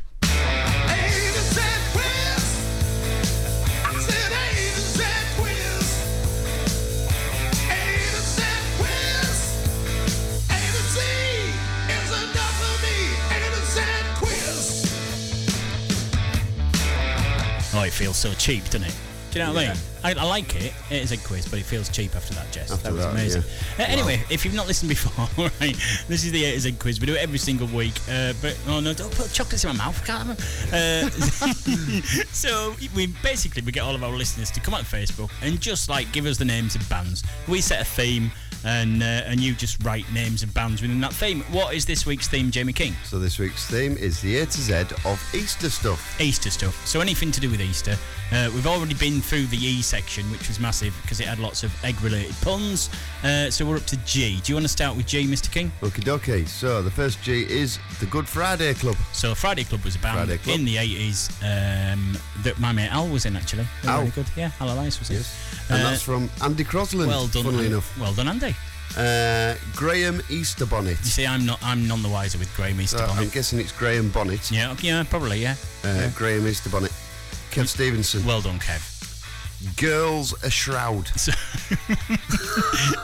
Oh, it feels so cheap, doesn't it? Do you know what I mean? I, I like it. It is a quiz, but it feels cheap after that, Jess.
After
that was
that,
amazing.
yeah.
Uh, anyway, if you've not listened before, all right, this is the A to Z quiz. We do it every single week. Uh, but oh no, don't put chocolates in my mouth. I can't have 'em. Uh, so we basically we get all of our listeners to come on Facebook and just like give us the names of bands. We set a theme, and uh, and you just write names of bands within that theme. What is this week's theme, Jamie King?
So this week's theme is the A to Z of Easter stuff.
Easter stuff. So anything to do with Easter. Uh, we've already been through the E section, which was massive because it had lots of egg-related puns. Uh, so we're up to G. Do you want to start with G, Mr. King?
Okie dokie. So the first G is the Good Friday Club.
So Friday Club was a band
Friday Club.
Um, in the 80s um, that my mate Al was in, actually. They were
Al.
really good. Yeah, Al Elias was in.
Oh. And
Uh,
that's from Andy Crosland,
well done,
funnily
Andy.
enough.
Well done, Andy.
Uh, Graham Easter Bonnet.
You see, I'm not. I'm none the wiser with Graham Easter
Uh,
Bonnet.
I'm guessing it's Graham Bonnet.
Yeah, yeah, probably, yeah. Mm.
Uh, Graham Easter Bonnet. Kev Stevenson.
Well done, Kev.
Girls a Shroud.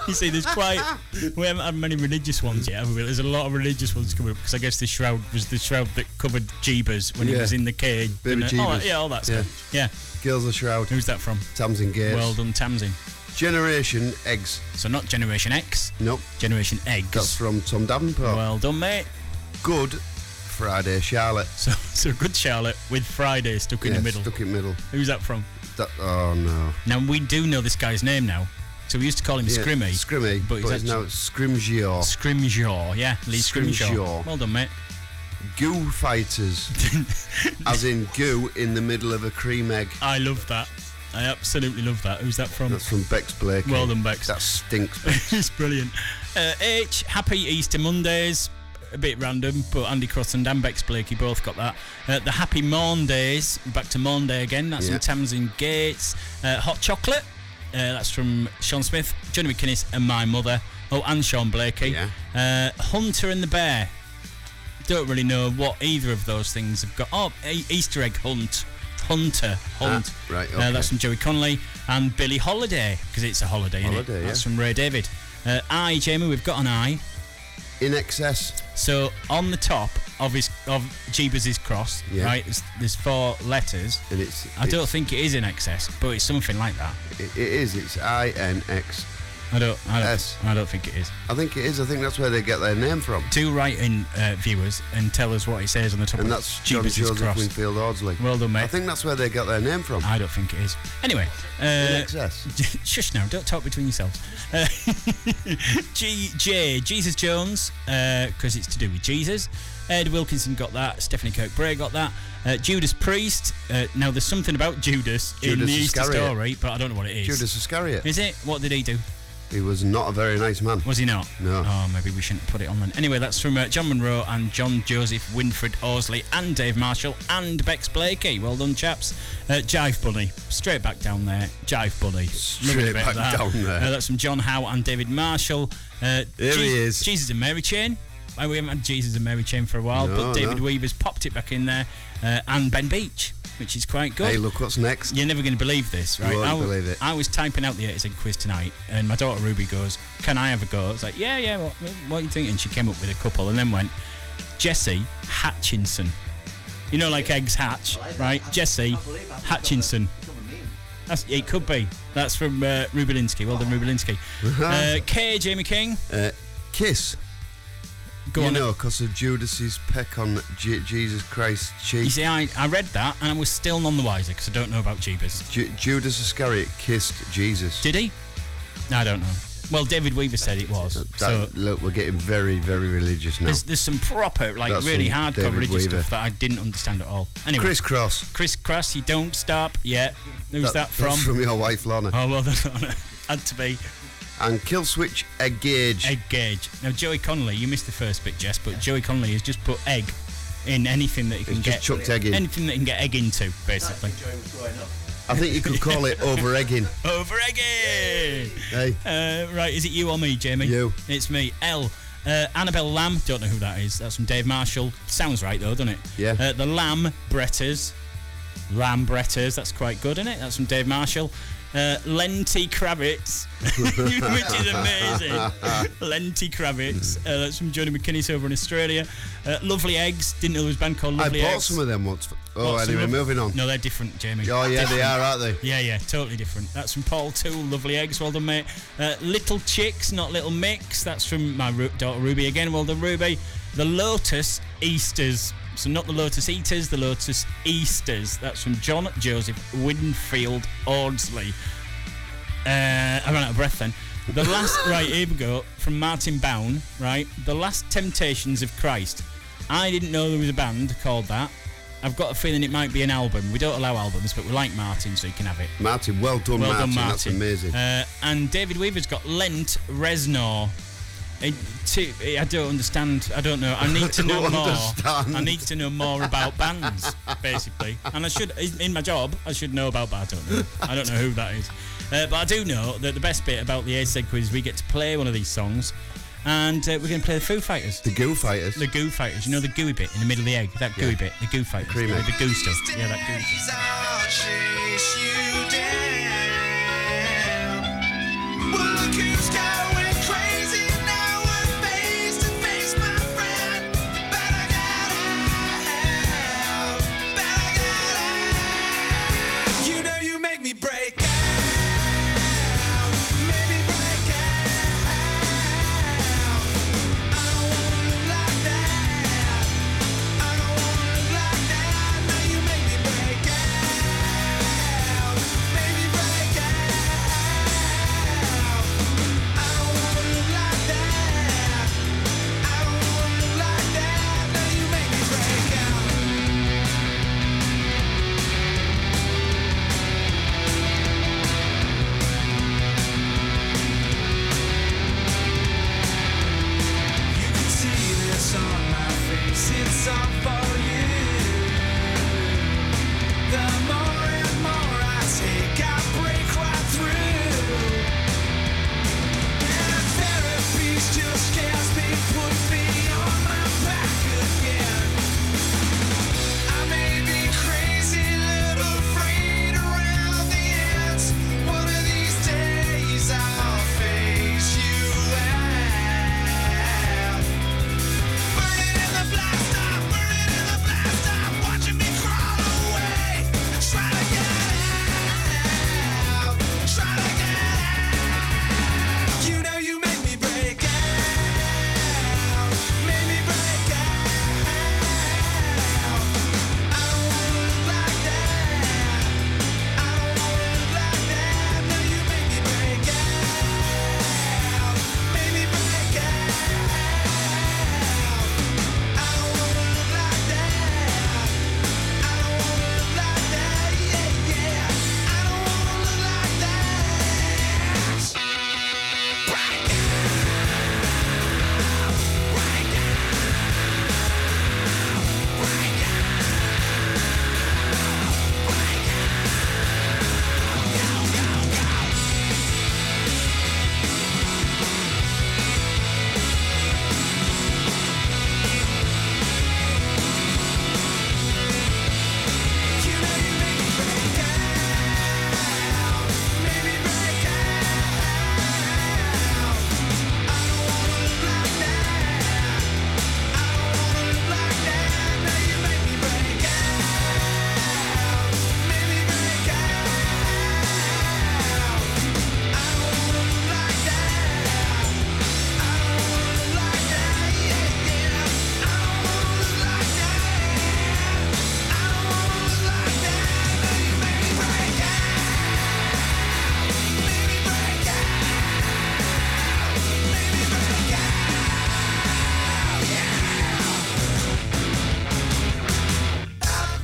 You see, there's quite. We haven't had many religious ones yet, have we? There's a lot of religious ones coming up because I guess the shroud was the shroud that covered Jeebus when he
Yeah.
was in the cage.
Baby
and, uh, all that-
Jeebus.
yeah, all that
Yeah.
stuff. Yeah.
Girls a Shroud.
Who's that from?
Tamsin Gates.
Well done, Tamsin.
Generation Eggs.
So not Generation X.
Nope.
Generation Eggs.
That's from Tom Davenport.
Well done, mate.
Good Friday Charlotte.
So, so good, Charlotte, with Friday stuck in
Yeah,
the middle.
Stuck in middle.
Who's that from?
That, oh no.
Now we do know this guy's name now. So we used to call him
Yeah,
Scrimmy.
Scrimmy, but,
but he's
it's now
actually-
Scrimgeour.
Scrimshaw. Yeah, Lee Scrimshaw.
Scrimshaw.
Well done, mate.
Goo fighters, as in goo in the middle of a cream egg.
I love that. I absolutely love that. Who's that from?
That's from Bex Blake.
Well done, Bex.
That stinks.
it's brilliant. Uh, H, happy Easter Mondays. A bit random, but Andy Cross and Dan Bex Blakey both got that. Uh, the Happy Mondays, back to Monday again. That's
Yeah.
from Tamsin Gates. Uh, Hot Chocolate, uh, that's from Sean Smith, Johnny McInnes, and my mother. Oh, and Sean Blakey. Uh, Hunter and the Bear. don't really know what either of those things have got. Oh, E- Easter egg hunt, hunter, hunt.
Ah, right,
Uh,
okay.
that's from Joey Connolly and Billy Holiday because it's a holiday.
Holiday,
Isn't it?
yeah.
That's from Ray David. Uh, I, Jamie, we've got an I.
In excess.
So on the top of his of Jeebus's cross,
Yeah.
right? There's, there's four letters.
And it's.
I don't think it is in excess, but it's something like that.
It, it is. It's I N X.
I don't. I don't, I don't think it is.
I think it is. I think that's where they get their name from.
Do write in, uh, viewers, and tell us what it says on the top
And
of
that's John
Jeebus's
Joseph
cross.
Winfield Audsley.
Well done, mate.
I think that's where they got their name from.
I don't think it is. Anyway, uh,
excess.
shush now. Don't talk between yourselves. Uh, G J Jesus Jones because it's to do with Jesus. Ed Wilkinson got that. Stephanie Kirk Bray got that. Uh, Judas Priest. Uh, now there's something about Judas, in
Judas
the Easter
Iscariot.
story, but I don't know what it is.
Judas Iscariot.
Is it? What did he do?
He was not a very nice man.
Was he not?
No.
Oh, maybe we shouldn't put it on then. Anyway, that's from uh, John Monroe and John Joseph Winfred Orsley and Dave Marshall and Bex Blakey. Well done, chaps. Uh, Jive Bunny, straight back down there. Jive Bunny. Lovely
Straight
bit of
back
that.
down there.
Uh, that's from John Howe and David Marshall. Uh,
Here he is.
Jesus and Mary Chain. Uh, we haven't had Jesus and Mary Chain for a while,
No,
but David
no.
Weaver's popped it back in there. Uh, and Ben Beach, which is quite good.
Hey, look what's next.
You're never going to believe this,
You
right?
won't
I, w-
believe it.
I was typing out the 80s Egg quiz tonight, and my daughter Ruby goes, Can I have a go? I was like, Yeah, yeah, what, what are you thinking? She came up with a couple and then went, Jesse Hatchinson. You know, like eggs hatch, right? Jesse Hatchinson. That's, it could be. That's from uh, Rubelinski. Well done, Rubelinski. Uh, K, Jamie King.
Uh, kiss.
Go
you
on,
know, because of Judas's peck on Je- Jesus Christ's cheek.
You see, I, I read that and I was still none the wiser because I don't know about Jeebus.
Ju- Judas Iscariot kissed Jesus.
Did he? I don't know. Well, David Weaver said it was. so
That- look, we're getting very, very religious now.
There's, there's some proper, like,
That's
really
from
hardcore
David
religious
Weaver.
stuff that I didn't understand at all. Anyway,
Criss Cross.
Chris Cross, you don't stop yet. Who's that, from?
That's from your wife, Lana.
Oh, well done, Lana. Had to be.
And Kill Switch Egg Gauge.
Egg gauge. Now, Joey Connolly, you missed the first bit, Jess, but Joey Connolly has just put egg in anything that he can
He's
get.
just chucked egg in.
Anything that he can get egg into, basically.
I think you could call it over egging.
Over again.
Hey.
Uh, right, is it you or me, Jamie?
You.
It's me. L. Uh, Annabelle Lamb. Don't know who that is. That's from Dave Marshall. Sounds right though, doesn't it?
Yeah.
Uh, the Lamb Bretters. Lamb Bretters. That's quite good, isn't it? That's from Dave Marshall. Uh, Lenty Kravitz, which is amazing. Lenty Kravitz. Uh, that's from Johnny McKinnis over in Australia. Uh, Lovely Eggs. Didn't know there was a band called
I
Lovely
bought
Eggs.
some of them once. Oh,
Bought some
anyway,
of-
moving on.
No, they're different, Jamie.
Oh, yeah, they
Different.
are, aren't they?
Yeah, yeah, totally different. That's from Paul Tool, lovely eggs, well done, mate. Uh, little Chicks, not Little Mix, that's from my Ru- daughter Ruby again, well done, Ruby. The Lotus Easters, so not the Lotus Eaters, the Lotus Easters, that's from John Joseph Winfield Audsley. Uh, I ran out of breath then. The last, right, here we go, from Martin Bown, right? The Last Temptations of Christ. I didn't know there was a band called that. I've got a feeling it might be an album. We don't allow albums, but we like Martin, so he can have it.
Martin, well done,
Well
Martin.
done,
That's
Martin.
amazing.
Uh, and David Weaver's got Lent Reznor. It, to, I don't understand. I don't know. I need to
I
know
don't
more.
understand.
I need to know more about bands, basically. And I should, in- in my job, I should know about, but I don't know. I don't know who that is. Uh, but I do know that the best bit about the ASEG quiz is we get to play one of these songs, and uh, we're going to play the Foo Fighters.
the Goo Fighters.
The Goo Fighters. You know the gooey bit in the middle of the egg? That gooey bit. The Goo Fighters.
cream
the,
egg.
goo stuff. Yeah, that gooey stuff.
I'll chase you down. Well, look who's going crazy now. We're face to face, my friend. But I gotta out. But I gotta out. You know you make me break out. Make me break out. I don't wanna look like that. I don't wanna look like that. Now you make me break out.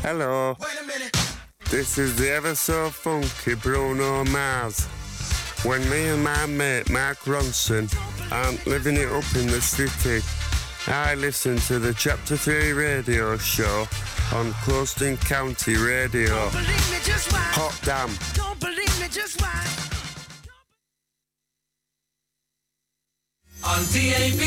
Hello.
Wait a minute.
This is the ever so funky Bruno Mars. When me and my mate Mark Ronson aren't living it up in the city, I listen to the Chapter 3 radio show on Clouston County Radio.
Believe me just why.
Hot damn.
Don't believe me just why.
on DAB.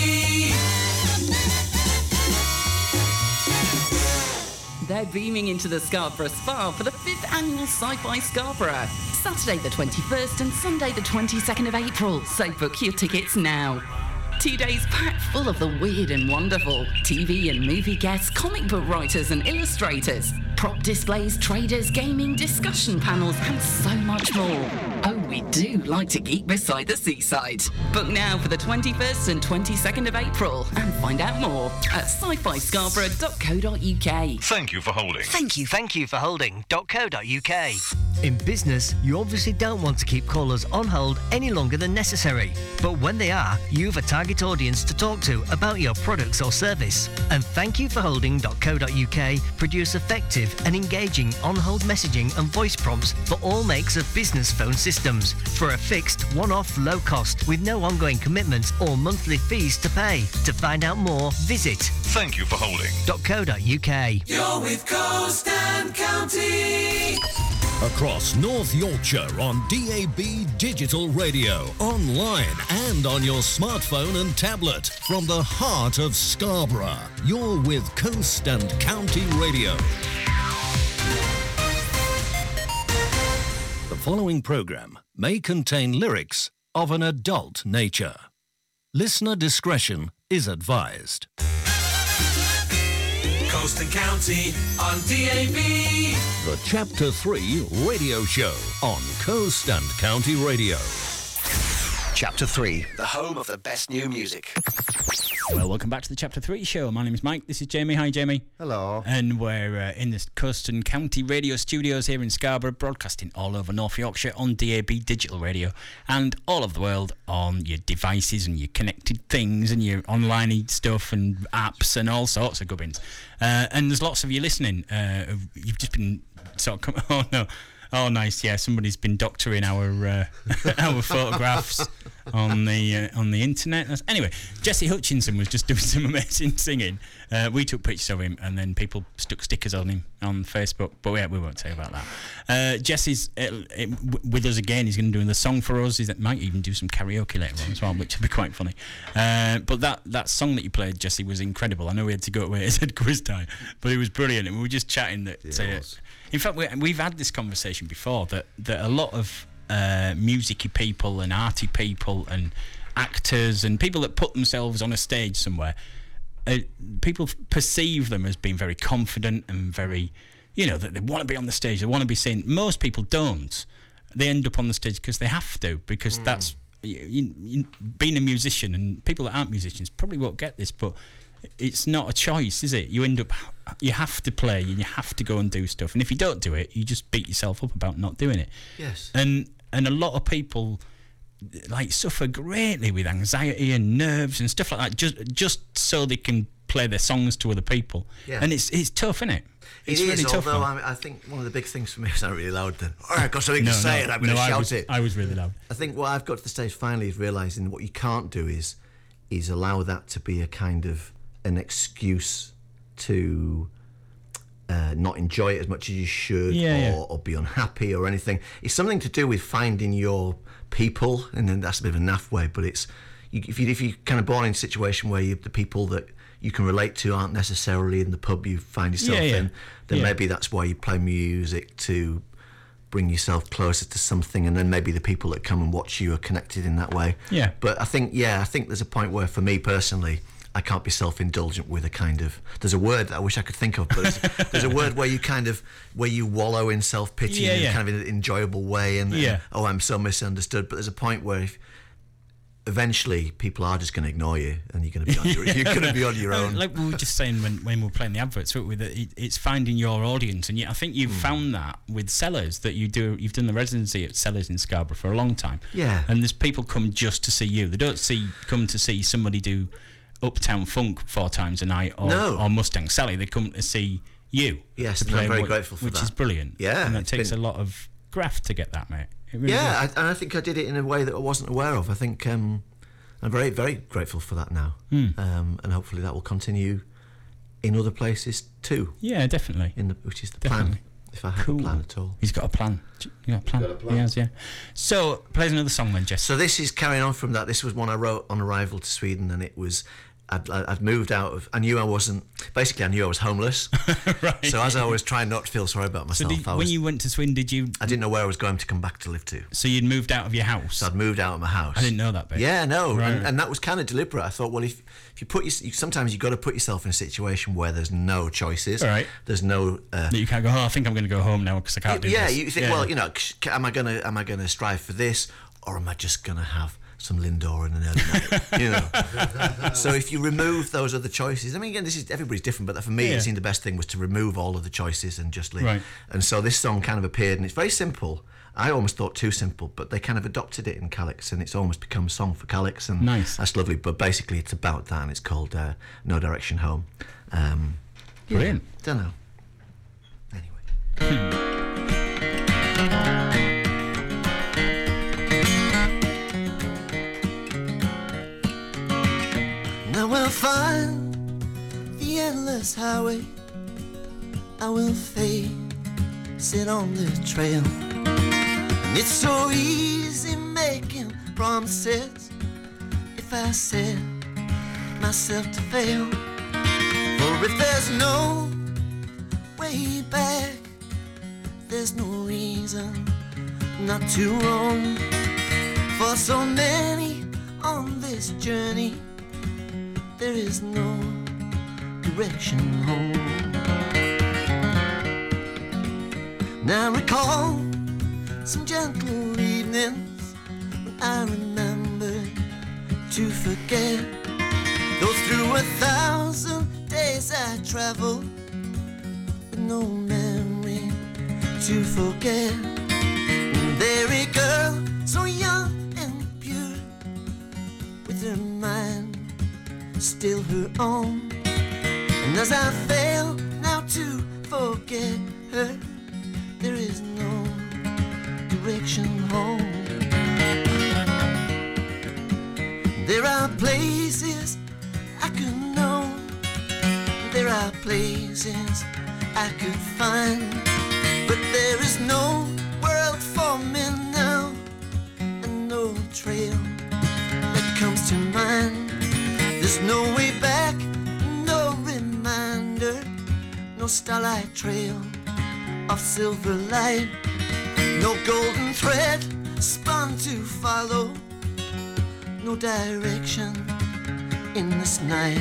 They're beaming into the Scarborough Spa for the fifth annual Sci-Fi Scarborough. Saturday the 21st and Sunday the 22nd of April, so book your tickets now. Two days packed full of the weird and wonderful. TV and movie guests, comic book writers and illustrators, prop displays, traders, gaming, discussion panels, and so much more. Oh, we do like to geek beside the seaside. Book now for the 21st and 22nd of April and find out more at sci-fi scarborough.co.uk.
Thank you for holding.
Thank you, thank you for holding. .co.uk.
In business, you obviously don't want to keep callers on hold any longer than necessary. But when they are, you've a target audience to talk to about your products or service. And thank you for holding.co.uk produce effective and engaging on-hold messaging and voice prompts for all makes of business phone systems for a fixed one-off low cost with no ongoing commitment or monthly fees to pay. To find out more, visit
Thank you for holding.
.co.uk.
You're with Coast and County.
Across North Yorkshire on DAB Digital Radio, online and on your smartphone and tablet from the heart of Scarborough. You're with Coast and County Radio. The following programme may contain lyrics of an adult nature. Listener discretion is advised.
Coast and County on DAB.
The Chapter 3 Radio Show on Coast and County Radio.
Chapter 3, the home of the best new music.
Well, welcome back to the Chapter 3 show. My name is Mike. This is Jamie. Hi, Jamie.
Hello.
And we're uh, in the Custon County Radio Studios here in Scarborough, broadcasting all over North Yorkshire on DAB digital radio and all over the world on your devices and your connected things and your online stuff and apps and all sorts of gubbins. Uh, and there's lots of you listening. Uh, you've just been sort of come. Oh, no. Oh, nice. Yeah, somebody's been doctoring our uh, our photographs on the uh, on the internet. That's- Anyway, Jesse Hutchinson was just doing some amazing singing. Uh, we took pictures of him, and then people stuck stickers on him on Facebook. But yeah, we won't say about that. Uh, Jesse's uh, uh, w- with us again. He's going to do the song for us. He might even do some karaoke later on as well, which would be quite funny. Uh, but that that song that you played, Jesse, was incredible. I know we had to go away. It said quiz time, but it was brilliant. And we were just chatting that. uh, in fact, we, we've had this conversation before that, that a lot of uh, musicy people and arty people and actors and people that put themselves on a stage somewhere, uh, people f- perceive them as being very confident and very, you know, that they want to be on the stage, they want to be seen. Most people don't. They end up on the stage because they have to, because that's you, you, you, being a musician, and people that aren't musicians probably won't get this, but it's not a choice, is it? You end up, you have to play and you have to go and do stuff. And if you don't do it, you just beat yourself up about not doing it.
Yes.
And and a lot of people like suffer greatly with anxiety and nerves and stuff like that, just just so they can play their songs to other people.
Yeah.
And it's it's tough, isn't it? It's
It
really
is,
tough.
although
man.
I, I think one of the big things for me is I'm really loud then. All right, I've got something to
No,
say
no,
and I'm going
no,
to
I
shout
was-
it.
I was really loud.
I think what I've got to the stage finally is realising what you can't do is is allow that to be a kind of an excuse to uh, not enjoy it as much as you should
Yeah,
or,
yeah.
or be unhappy or anything. It's something to do with finding your people, and then that's a bit of a naff way, but it's you, if, you, if you're kind of born in a situation where you, the people that you can relate to aren't necessarily in the pub you find yourself
Yeah, yeah.
in, then
Yeah.
maybe that's why you play music to bring yourself closer to something, and then maybe the people that come and watch you are connected in that way.
Yeah.
But I think, yeah, I think there's a point where, for me personally, I can't be self-indulgent with a kind of. There's a word that I wish I could think of, but it's- there's a word where you kind of where you wallow in self-pity
Yeah,
in
yeah.
kind of an enjoyable way, and, and,
Yeah.
oh, I'm so misunderstood. But there's a point where. If, Eventually, people are just going to ignore you, and you're going to be on your, you're going to be on your
Uh,
own.
Like we were just saying when, when we were playing the adverts, weren't we, that it, it's finding your audience, and yet I think
Hmm.
you've found that with Sellers that you do. You've done the residency at Sellers in Scarborough for a long time.
Yeah.
and there's people come just to see you. They don't see come to see somebody do Uptown Funk four times a night or,
No.
or Mustang Sally. They come to see you.
Yes,
to
and I'm
play,
very
whi-
grateful for
Which
that.
is brilliant.
Yeah,
and it
it's
takes
been-
a lot of graft to get that, mate. It really
yeah, I,
does.
and I think I did it in a way that I wasn't aware of. I think um, I'm very, very grateful for that now,
Hmm.
um, and hopefully that will continue in other places too.
yeah, definitely.
In the, which is the
Definitely.
plan, if I have a plan at all.
He's got a plan. You got a plan.
Got a plan.
He has, yeah. So plays another song then, Jess.
So this is carrying on from that. This was one I wrote on arrival to Sweden, and it was. I'd, I'd moved out of. I knew I wasn't. Basically, I knew I was homeless. right. So as I was trying not to feel sorry about
So
myself,
did-
I
when
was.
you went to Sweden, did you?
I didn't know where I was going to come back to live to.
So you'd moved out of your house.
So I'd moved out of my house.
I didn't know that bit.
Yeah, no,
Right.
and, and that was kind of deliberate. I thought, well, if if you put your, sometimes you got to put yourself in a situation where there's no choices.
All right.
There's no. Uh,
That you can't go. Oh, I think I'm going to go home now because I can't do
yeah,
this.
you think, well, you know, c- am I gonna am I gonna strive for this, or am I just gonna have some Lindor in an early night? You know. so if you remove those other choices, I mean, again, this is everybody's different, but for me,
Yeah.
it seemed the best thing was to remove all of the choices and just live.
Right.
And so this song kind of appeared, and it's very simple. I almost thought too simple, but they kind of adopted it in Calix, and it's almost become a song for Calix, and
Nice.
that's lovely. But basically, it's about that, and it's called uh, No Direction Home. Um, yeah,
Brilliant.
don't know.
Now I'll find the endless highway. I will fade, sit on the trail. And it's so easy making promises if I set myself to fail. For if there's no way back, there's no reason not to roam. For so many on this journey there is no direction home. Now I recall some gentle evenings when I remembered to forget. Though through a thousand days I traveled with no memory to forget. And there a girl so young and pure with her mind still her own. And as I fail now to forget her, there is no direction home. There are places I could know, there are places I could find, but there is no world for me now, and no trail that comes to mind. There's no way back, no reminder, no starlight trail of silver light, no golden thread spun to follow, no direction in this night.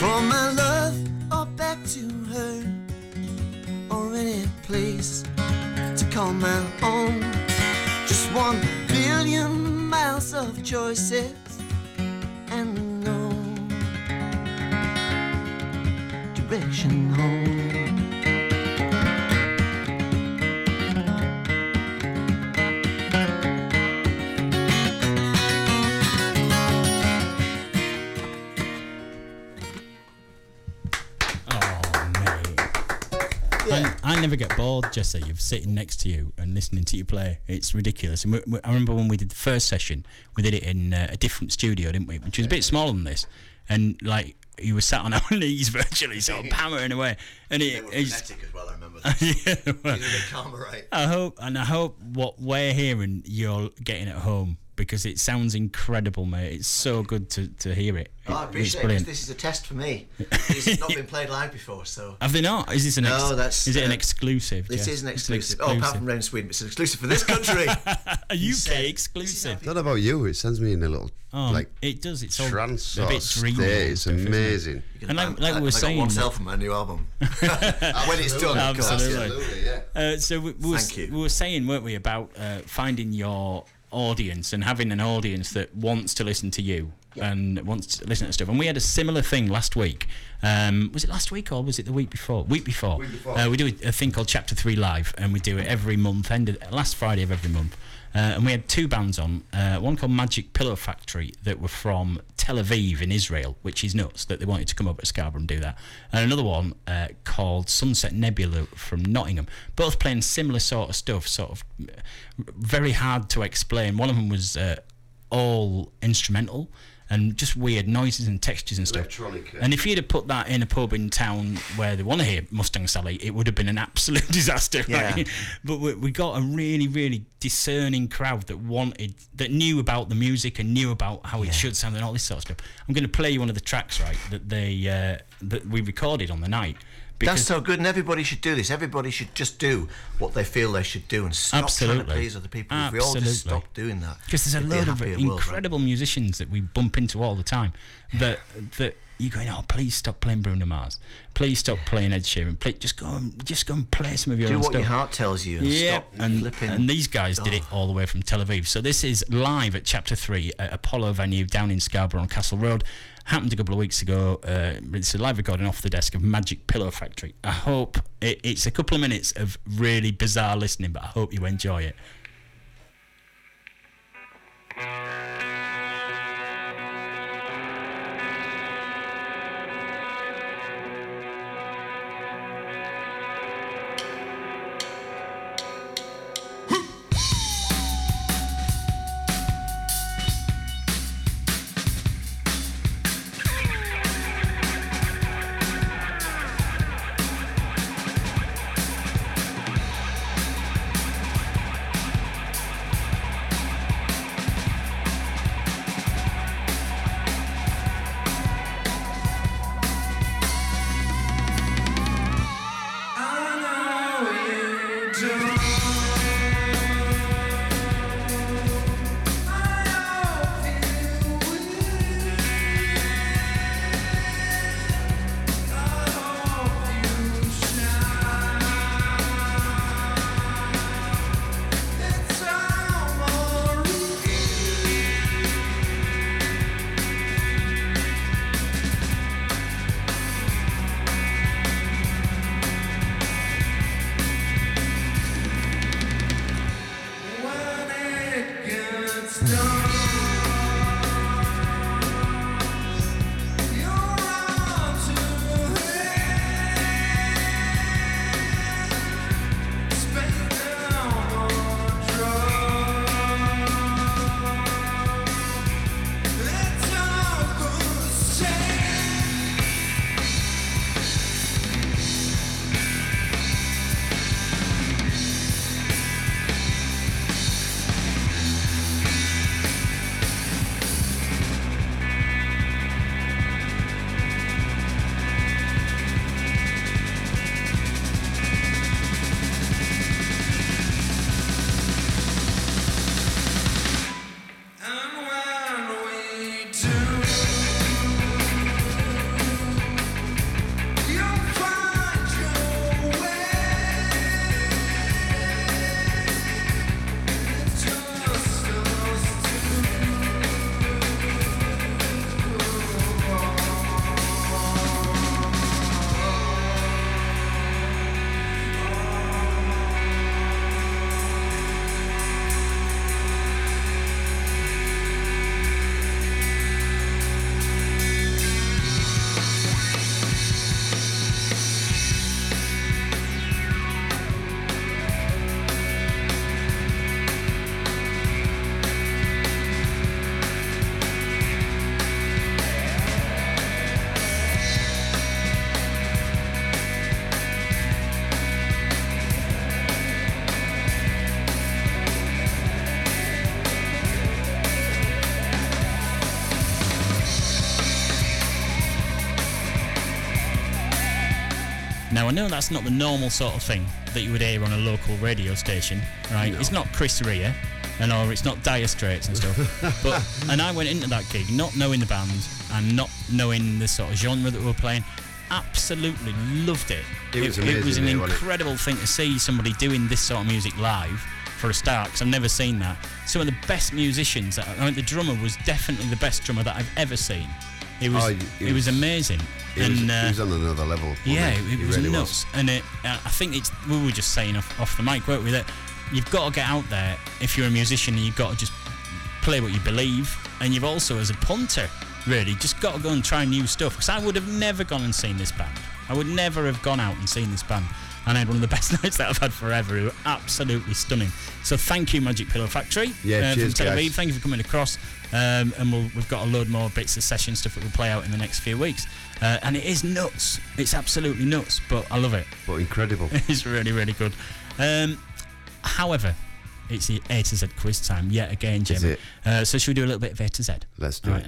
From my love or back to her, or any place to call my own. Just one billion miles of choices and no direction home.
Oh, I, I never get bored, Jesse. You're sitting next to you and listening to you play. It's ridiculous. And we, we, I remember when we did the first session, we did it in uh, a different studio, didn't we? Which was a bit smaller than this. And like you were sat on our knees virtually, sort of hammering away. And it, it's,
Phonetic as well, I remember.
yeah, well,
You're a bit calmer, right?
I hope, and I hope what we're hearing, you're getting at home because it sounds incredible, mate. It's so good to, to hear it.
Oh, I
It's
appreciate it. 'cause
brilliant.
This is a test for me. This has not been played live before, so.
Have they not? Is this an ex-
No, that's,
is it an
uh,
exclusive?
This
Jess?
is an
It's
exclusive. Oh, apart from Rain Sweden, it's an exclusive for this country.
a UK exclusive.
Not about you. It sends me in a little
Oh,
like
it does. It's all
trance
a
sort
bit
of
dreamy.
state. It's amazing.
And like, like
I,
we were
I got
saying,
one sell from my new album. when it's done, of course.
absolutely.
yeah.
Uh, so we, we, were, s- we were saying, weren't we, about uh, finding your audience and having an audience that wants to listen to you and wants to listen to stuff. And we had a similar thing last week. Um, was it last week or was it the week before? Week before.
Week before.
Uh, we do a, a thing called Chapter Three Live, and we do it every month, end of, last Friday of every month. Uh, and we had two bands on, uh, one called Magic Pillow Factory that were from Tel Aviv in Israel, which is nuts that they wanted to come up at Scarborough and do that. And another one uh, called Sunset Nebula from Nottingham, both playing similar sort of stuff, sort of uh, very hard to explain. One of them was uh, all instrumental and just weird noises and textures and stuff.
Electronic, yeah.
And if you'd have put that in a pub in town where they want to hear Mustang Sally, it would have been an absolute disaster. Right?
Yeah.
But we, we got a really, really discerning crowd that wanted, that knew about the music and knew about how
Yeah.
it should sound and all this sort of stuff. I'm going to play you one of the tracks, right, that they uh, that we recorded on the night.
That's so good, and everybody should do this. Everybody should just do what they feel they should do and stop trying to
Absolutely.
please other people. If we all just
Absolutely.
stop doing that,
Because there's a
it'd be
load of
happier world, right?
incredible musicians that we bump into all the time that that you're going, oh, please stop playing Bruno Mars, please stop playing Ed Sheeran, play, just go and just go and play some of your
Do
own
what
stuff.
your heart tells you and stop
and,
flipping- Oh.
and these guys did it all the way from Tel Aviv. So this is live at Chapter Three at Apollo Venue down in Scarborough on Castle Road. Happened a couple of weeks ago. Uh, it's a live recording off the desk of Magic Pillow Factory. I hope it, it's a couple of minutes of really bizarre listening, but I hope you enjoy it. Now I know that's not the normal sort of thing that you would hear on a local radio station, right? It's not Chris Rea, and or it's not Dire Straits and stuff. but and I went into that gig not knowing the band and not knowing the sort of genre that we were playing. Absolutely loved it.
It was
it was
amazing,
an
eh, wasn't it?
incredible thing to see somebody doing this sort of music live for a start because I've never seen that. Some of the best musicians. That, I mean, the drummer was definitely the best drummer that I've ever seen. It was
Oh,
it,
he- he
was, amazing.
He, was,
and
he
uh,
was on another level. wasn't
yeah,
he?
it,
He
was
really
nuts. And it, uh, I think it's we were just saying off, off the mic, weren't we? That you've got to get out there if you're a musician. You've got to just play what you believe, and you've also as a punter, really, just got to go and try new stuff. Because I would have never gone and seen this band. I would never have gone out and seen this band. And I had one of the best nights that I've had forever. It was absolutely stunning. So thank you, Magic Pillow Factory. uh,
Yeah, cheers,
from Tel Aviv.
guys.
Thank you for coming across. Um, and we'll, we've got a load more bits of session stuff that we'll play out in the next few weeks. Uh, and it is nuts. It's absolutely nuts, but I love it.
But incredible.
it's really, really good. Um, however, it's the A to Z quiz time yet again, Jim.
it?
Uh, so, should we do a little bit of A to Z?
Let's do it.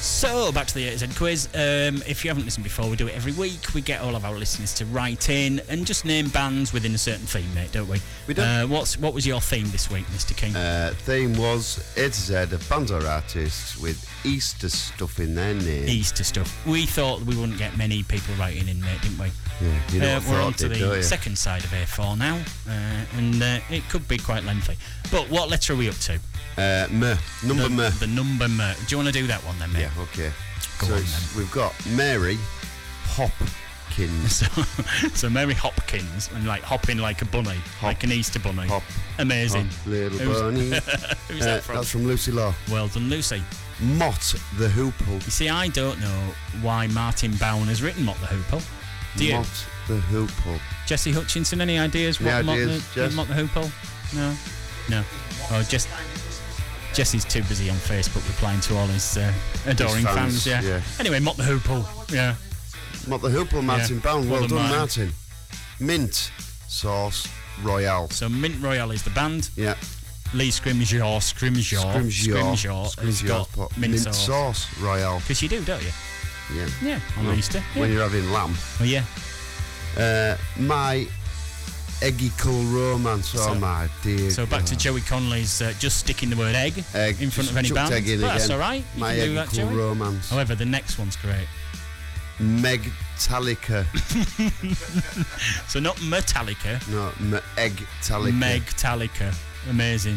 So back to the A to Z quiz. Um, if you haven't listened before, we do it every week. We get all of our listeners to write in and just name bands within a certain theme, mate, don't we? We do. Uh, what's what was your theme this week, Mr. King?
Uh, theme was A to Z of bands or artists with Easter stuff in their name.
Easter stuff. We thought we wouldn't get many people writing in, mate, didn't we?
Yeah, you know
Uh,
what
we're
thought
on to
did, don't
the
you?
second side of A4 now, uh, and uh, it could be quite lengthy. But what letter are we up to?
Uh, M. Number
the,
M.
The number M. Do you want to do that one then, mate?
Yeah, okay. so it's- we've got Mary Hopkins.
So, so Mary Hopkins and like hopping like a bunny, like an Easter bunny. Hop, Amazing.
Hop, little
Who's-
bunny.
who's
Uh,
that from?
That's from Lucy Law.
Well done, Lucy.
Mott the Hoople.
You see, I don't know why Martin Bowen has written Mott the Hoople. Do you?
Mott the Hoople.
Jesse Hutchinson, any ideas
Any
what Mott
ideas,
the,
Jess?
Mott the Hoople? No. No. Oh, just. Jesse's too busy on Facebook replying to all his uh, adoring
His
fans,
fans,
yeah.
yeah.
Anyway, Mott the Hoople, yeah.
Mott the Hoople, Martin
Yeah.
Bound.
Well
Well,
done,
done,
Martin.
Martin. Mint Sauce Royale.
So Mint Royale is the band.
Yeah.
Lee Scrimshaw, Scrimshaw,
Scrimshaw.
has
Scrimshaw
got
pot-
mint,
mint sauce royale.
Because you do, don't you?
Yeah.
Yeah, on
Well,
Easter.
When
yeah.
you're having lamb.
Oh, yeah.
Uh, my eggical romance. Oh,
So-
my dear.
So back to
God.
Joey Conley's uh, just sticking the word egg,
Egg,
in front
just
of any
chucked
band.
egg in
But that's
again.
all right. You
My
can do that,
eggical
Joey.
romance.
However, the next one's great.
Megtalica.
So not Metallica,
no, me- Egtalica.
Megtallica. Amazing.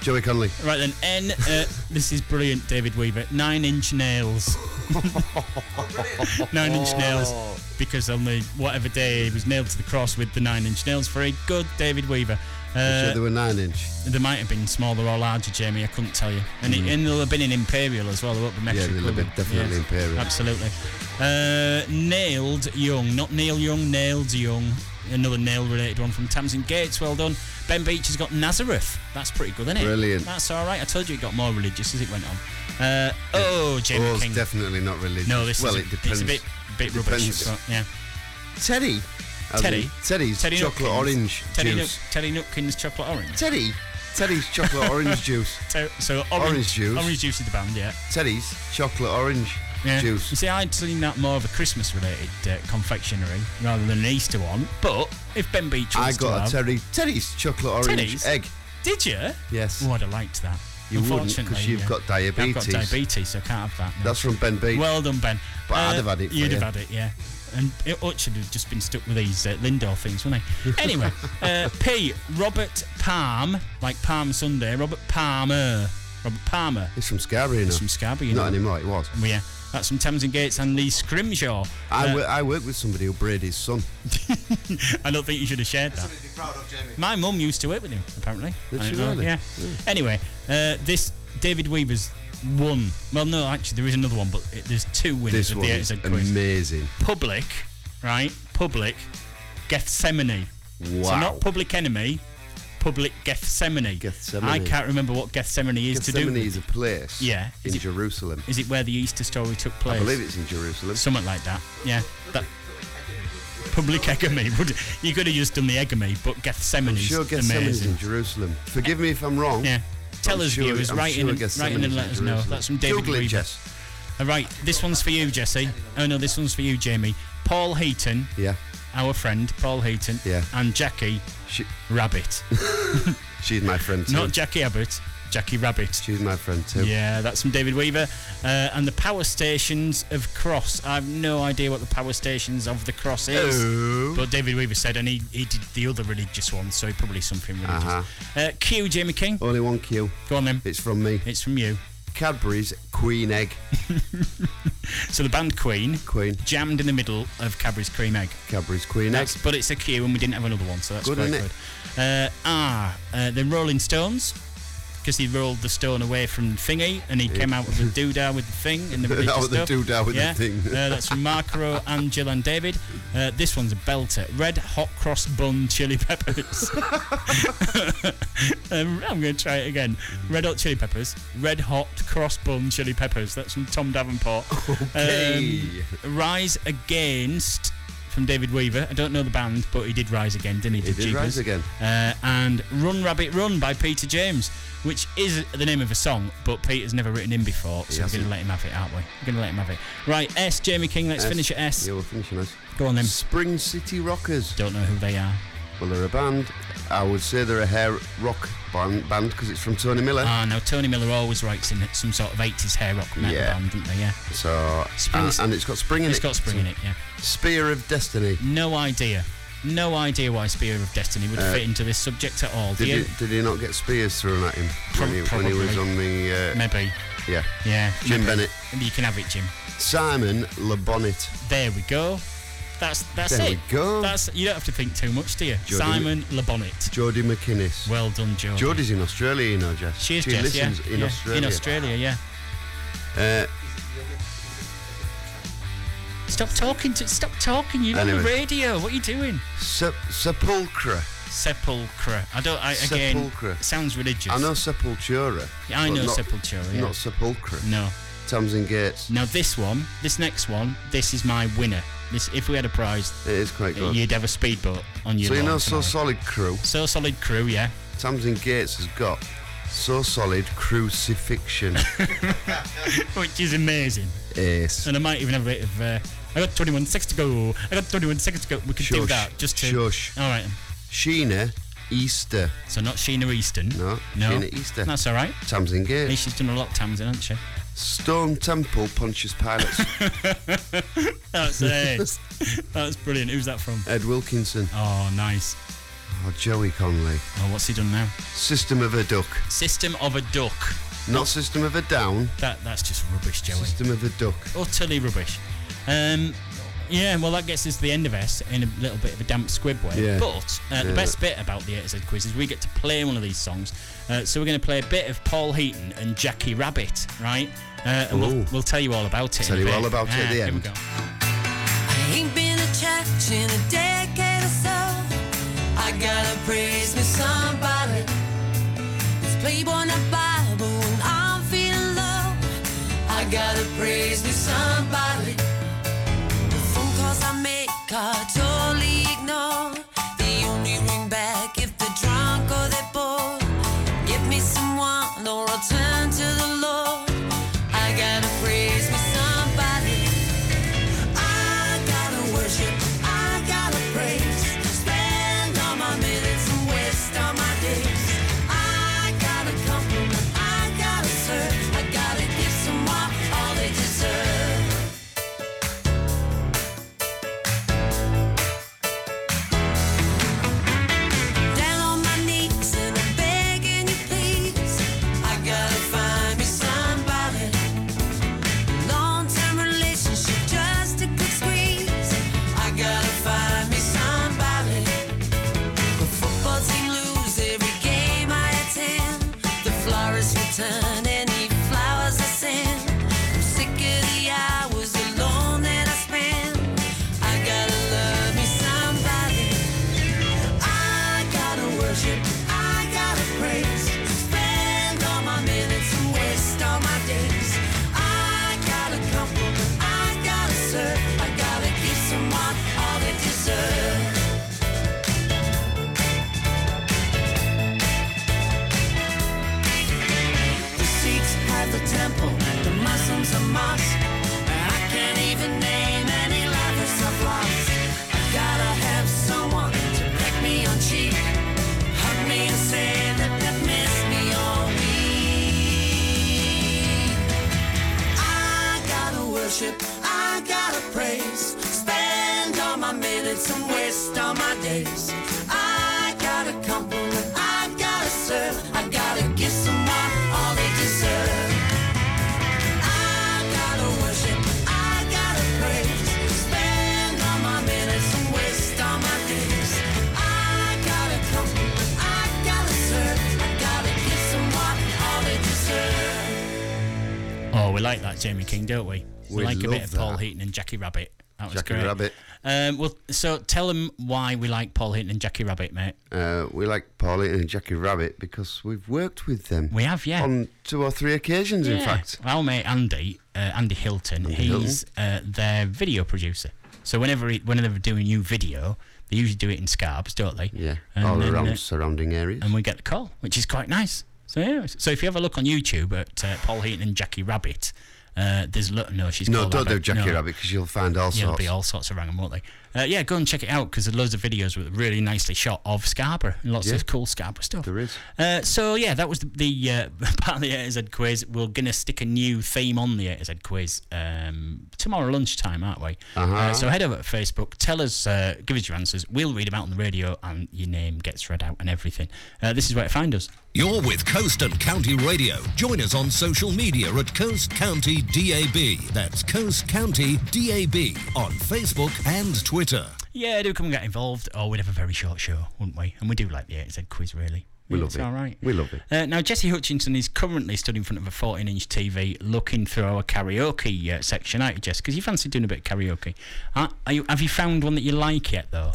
Joey Conley.
Right then, N. Uh, this is brilliant, David Weaver. Nine inch nails. nine inch nails. Because on the whatever day he was nailed to the cross with the nine inch nails for a good David Weaver.
I'm
Uh,
sure they were nine inch.
They might have been smaller or larger, Jamie. I couldn't tell you. And, it,
Mm.
and they'll have been in Imperial as well. They won't be
Yeah,
metric.
they'll
will
have been
they?
definitely Imperial.
Absolutely. Uh, nailed Young, not Neil Young, Nailed Young. Another nail-related one from Tamsin Gates. Well done. Ben Beach has got Nazareth. That's pretty good, isn't it?
Brilliant.
That's all right. I told you it got more religious as it went on. Uh, oh, Jamie
Ours
King.
definitely not religious.
No, this
well,
is
it depends.
It's a bit, bit
It
rubbish.
depends.
but, yeah.
Teddy. as
Teddy.
in Teddy's
Teddy
chocolate
Nutkins.
orange
Teddy
juice.
Nuk- Teddy Nutkin's chocolate orange.
Teddy. Teddy's chocolate orange juice.
So, so orange,
Orange juice.
Orange juice is the band, yeah.
Teddy's chocolate orange
Yeah.
juice.
You see, I'd seen that more of a Christmas-related uh, confectionery rather than an Eater one. But if Ben Beach
I
wants to
got
have-
a Teddy. Teddy's chocolate orange
Teddy's?
egg.
Did you?
Yes.
Oh, I'd have liked that.
You wouldn't, 'cause
Unfortunately,
you've
yeah.
got
I've got
diabetes.
diabetes, so I can't have that. no.
That's from Ben Beach.
Well done, Ben. Uh,
But I'd have had it for
You'd
you.
have had it, yeah. And it Orchard have just been stuck with these uh, Lindor things, wouldn't they? Anyway, uh, P. Robert Palm, like Palm Sunday. Robert Palmer. Robert Palmer.
It's from Scarborough. It's
from Scarborough. You
Not
know.
anymore. It was.
Well, yeah, that's from Tamsin Gates and Lee Scrimshaw.
I,
Uh,
wo- I work with somebody who bred his son.
I don't think you should have shared that. My mum used to work with him, apparently.
Did
I
she
don't know,
really?
Yeah.
Yeah.
Anyway, uh, this David Weaver's one. Well, no, actually, there is another one, but it, there's two winners
This
of
one
the
is
AZ quiz.
amazing.
Public, right? Public, Gethsemane. So
Wow.
not Public Enemy, Public Gethsemane.
Gethsemane.
I can't remember what Gethsemane is to do.
Gethsemane
with.
is a place
Yeah.
in Jerusalem.
Is it where the Easter story took place?
I believe it's in Jerusalem.
Something like that. Yeah. That public egamy. Would you could have just done the egamy, but Gethsemane's
I'm sure Gethsemane's
amazing.
in Jerusalem. Forgive me if I'm wrong.
Yeah. Tell
I'm
us,
sure-
viewers,
I'm
write
sure
in, and-
Gethsemane's
write in and
in
let us know.
Jerusalem.
That's from David
Google it,
Weaver.
Jess.
All right, this one's for you, Jesse. Oh no, this one's for you, Jamie. Paul Heaton.
Yeah.
our friend Paul Heaton, and Jackie Rabbit.
She's my friend too.
Not Jackie Abbott, Jackie Rabbit.
She's my friend too.
Yeah, that's from David Weaver. Uh, and the power stations of Cross. I have no idea what the power stations of the Cross is.
Oh.
But David Weaver said, and he, he did the other religious one, so probably something religious.
Uh-huh.
Uh, Q, Jamie King.
Only one Q.
Go on then.
It's from me.
It's from you.
Cadbury's Queen Egg.
so the band Queen.
Queen.
Jammed in the middle of Cadbury's Cream Egg.
Cadbury's Queen Egg.
That's, but it's a Q, and we didn't have another one, so that's
Good,
quite
innit?
good. Uh, ah, uh, the Rolling Stones. Because he rolled the stone away from the thingy, and he
Yeah.
came out with the doodah with the thing, and the
Out
religious
with the
stuff.
doodah with the
yeah.
thing.
uh, that's from Marco, Angela, and David. Uh, this one's a belter. Red hot cross bun chili peppers. Um, I'm going to try it again. Red Hot Chili Peppers. Red Hot Cross Bun Chili Peppers. That's from Tom Davenport.
Okay.
Um, rise Against from David Weaver. I don't know the band, but he did Rise Again, didn't he?
He did Rise
Jeepers.
Again.
Uh, and Run Rabbit Run by Peter James, which is the name of a song, but Peter's never written in before, so we're going
hasn't.
to let him have it, aren't we? We're going to let him have it. Right, S. Jamie King, let's
S.
finish at S.
Yeah, we're finishing S.
Go on then.
Spring City Rockers.
Don't know who they are.
Well, they're a band. I would say they're a hair rock band band because it's from Tony Miller.
Ah, now Tony Miller always writes in some sort of 80s hair rock metal
Yeah.
band, didn't they? Yeah.
So uh,
Spring-
and, and it's got spring in
It's
it.
got spring in it, yeah.
Spear of Destiny.
No idea. No idea why Spear of Destiny would
Uh,
fit into this subject at all.
Did
The-
he, did he not get spears thrown at him when he, when
Prob-
he was
probably.
on the uh,
Maybe.
yeah
Yeah.
Jim
maybe.
Bennett
You can have it, Jim.
Simon LeBonnet
There we go. That's that's
There
it.
we go.
That's you don't have to think too much, do you?
Jodie-
Simon LeBonnet.
Jodie McInnes
Well done, Jodie.
Jodie's in Australia you know Jess
She is
she
Jess, yeah.
listens in,
yeah.
Australia.
In Australia, yeah.
uh,
Stop talking to stop talking, you're on the
Anyway.
radio. What are you doing?
Sep- Sepulchra
Sepulchre. I don't I again
Sepulchre.
sounds religious.
I know Sepultura
Yeah, I
but
know
not,
Sepultura, yeah.
not Sepulchra
No.
Tamsin Gates
Now this one, this next one, this is my winner. This, if we had a prize,
it is quite good
you'd have a speedboat on your.
so you
lawn
know So
tomorrow.
Solid Crew
So Solid Crew yeah
Tamsin Gates has got So Solid Crucifixion Eh,
which is amazing.
Ace
And I might even have a bit of. Uh, I got 21 seconds to go. I got 21 seconds to go. We could do
Shush.
that just to.
Shush.
All right. then.
Sheena Easter.
So not Sheena Easton.
No.
No.
Sheena Easter.
That's all right.
Tamsin
At
Gate.
least she's done a lot of times, hasn't she?
Stone Temple Pontius Pilates.
That's it. That's brilliant. Who's that from?
Ed Wilkinson.
Oh, nice.
Oh, Joey Conley.
Oh, what's he done now?
System of a Duck.
System of a Duck.
Not System of a Down.
That that's just rubbish, Joey.
System of a Duck.
Utterly rubbish. Um, yeah, well, that gets us to the end of S in a little bit of a damp squib way.
Yeah.
But uh,
Yeah.
the best bit about the A to Z quiz is we get to play one of these songs. Uh, so we're going to play a bit of Paul Heaton and Jackie Rabbit, right? Uh, and we'll,
Ooh.
we'll tell you all about it.
Tell
in a
you
bit.
all about it at
Ah,
the
here we
end.
go.
I ain't been to church in a decade or so. I gotta praise me somebody. It's Playboy and the Bible when I'm feeling low. I gotta praise me somebody. The phone calls I make I totally ignore. They only ring back if they're drunk or they're bored. Give me someone or I'll turn to the Lord. I gotta praise me somebody. I gotta worship, I gotta praise, spend all my minutes and waste all my days. I gotta compliment, I gotta serve, I gotta give someone all they deserve. praise. Spend all my minutes and waste all my days. I got a compliment, I gotta serve. I gotta give someone all they deserve. I gotta worship, I gotta praise. Spend all my minutes and waste all my days. I gotta compliment, I gotta serve. I gotta give someone all they deserve.
Oh, we like that Jamie King, don't we? We,
We
like a
love
bit of Paul
that.
Heaton and Jackie Rabbit. That was
Jackie
great.
Rabbit.
Um, well, so tell them why we like Paul Heaton and Jackie Rabbit, mate.
Uh, we like Paulie and Jackie Rabbit because we've worked with them. We
have, yeah.
On two or three occasions, in
Yeah.
fact.
Our mate Andy, uh, Andy Hilton, he's Uh, their video producer. So whenever he, whenever they do a new video, they usually do it in Scarbs, don't they? Yeah,
all around surrounding areas.
And we get the call, which is quite nice. So yeah, it's- so if you have a look on YouTube at uh, Paul Heaton and Jackie Rabbit, uh, there's lo- no, she's
no,
called
don't do
Rabbit.
Jackie
No.
Rabbit because you'll find all
There'll
sorts.
be all sorts of wrangling, won't they? Uh, yeah, go and check it out because there's loads of videos with really nicely shot of Scarborough and lots
Yeah.
of cool Scarborough stuff.
There is.
Uh, so yeah, that was the, the uh, part of the A to Z quiz. We're gonna stick a new theme on the A to Z quiz um, tomorrow lunchtime, aren't we?
Uh-huh.
Uh, so head over to Facebook, tell us, uh, give us your answers. We'll read them out on the radio, and your name gets read out and everything. Uh, this is where to find us.
You're with Coast and County Radio. Join us on social media at Coast County DAB. That's Coast County DAB on Facebook and Twitter.
Yeah, do come and get involved. Oh, we'd have a very short show, wouldn't we? And we do like the A to Z quiz, really.
We
Yeah,
love
it's
it.
all right.
We love it.
Uh, now, Jesse Hutchinson is currently stood in front of a 14 inch TV looking through our karaoke uh, section, aren't you, Jess? Because you fancy doing a bit of karaoke. Uh, are you, have you found one that you like yet, though?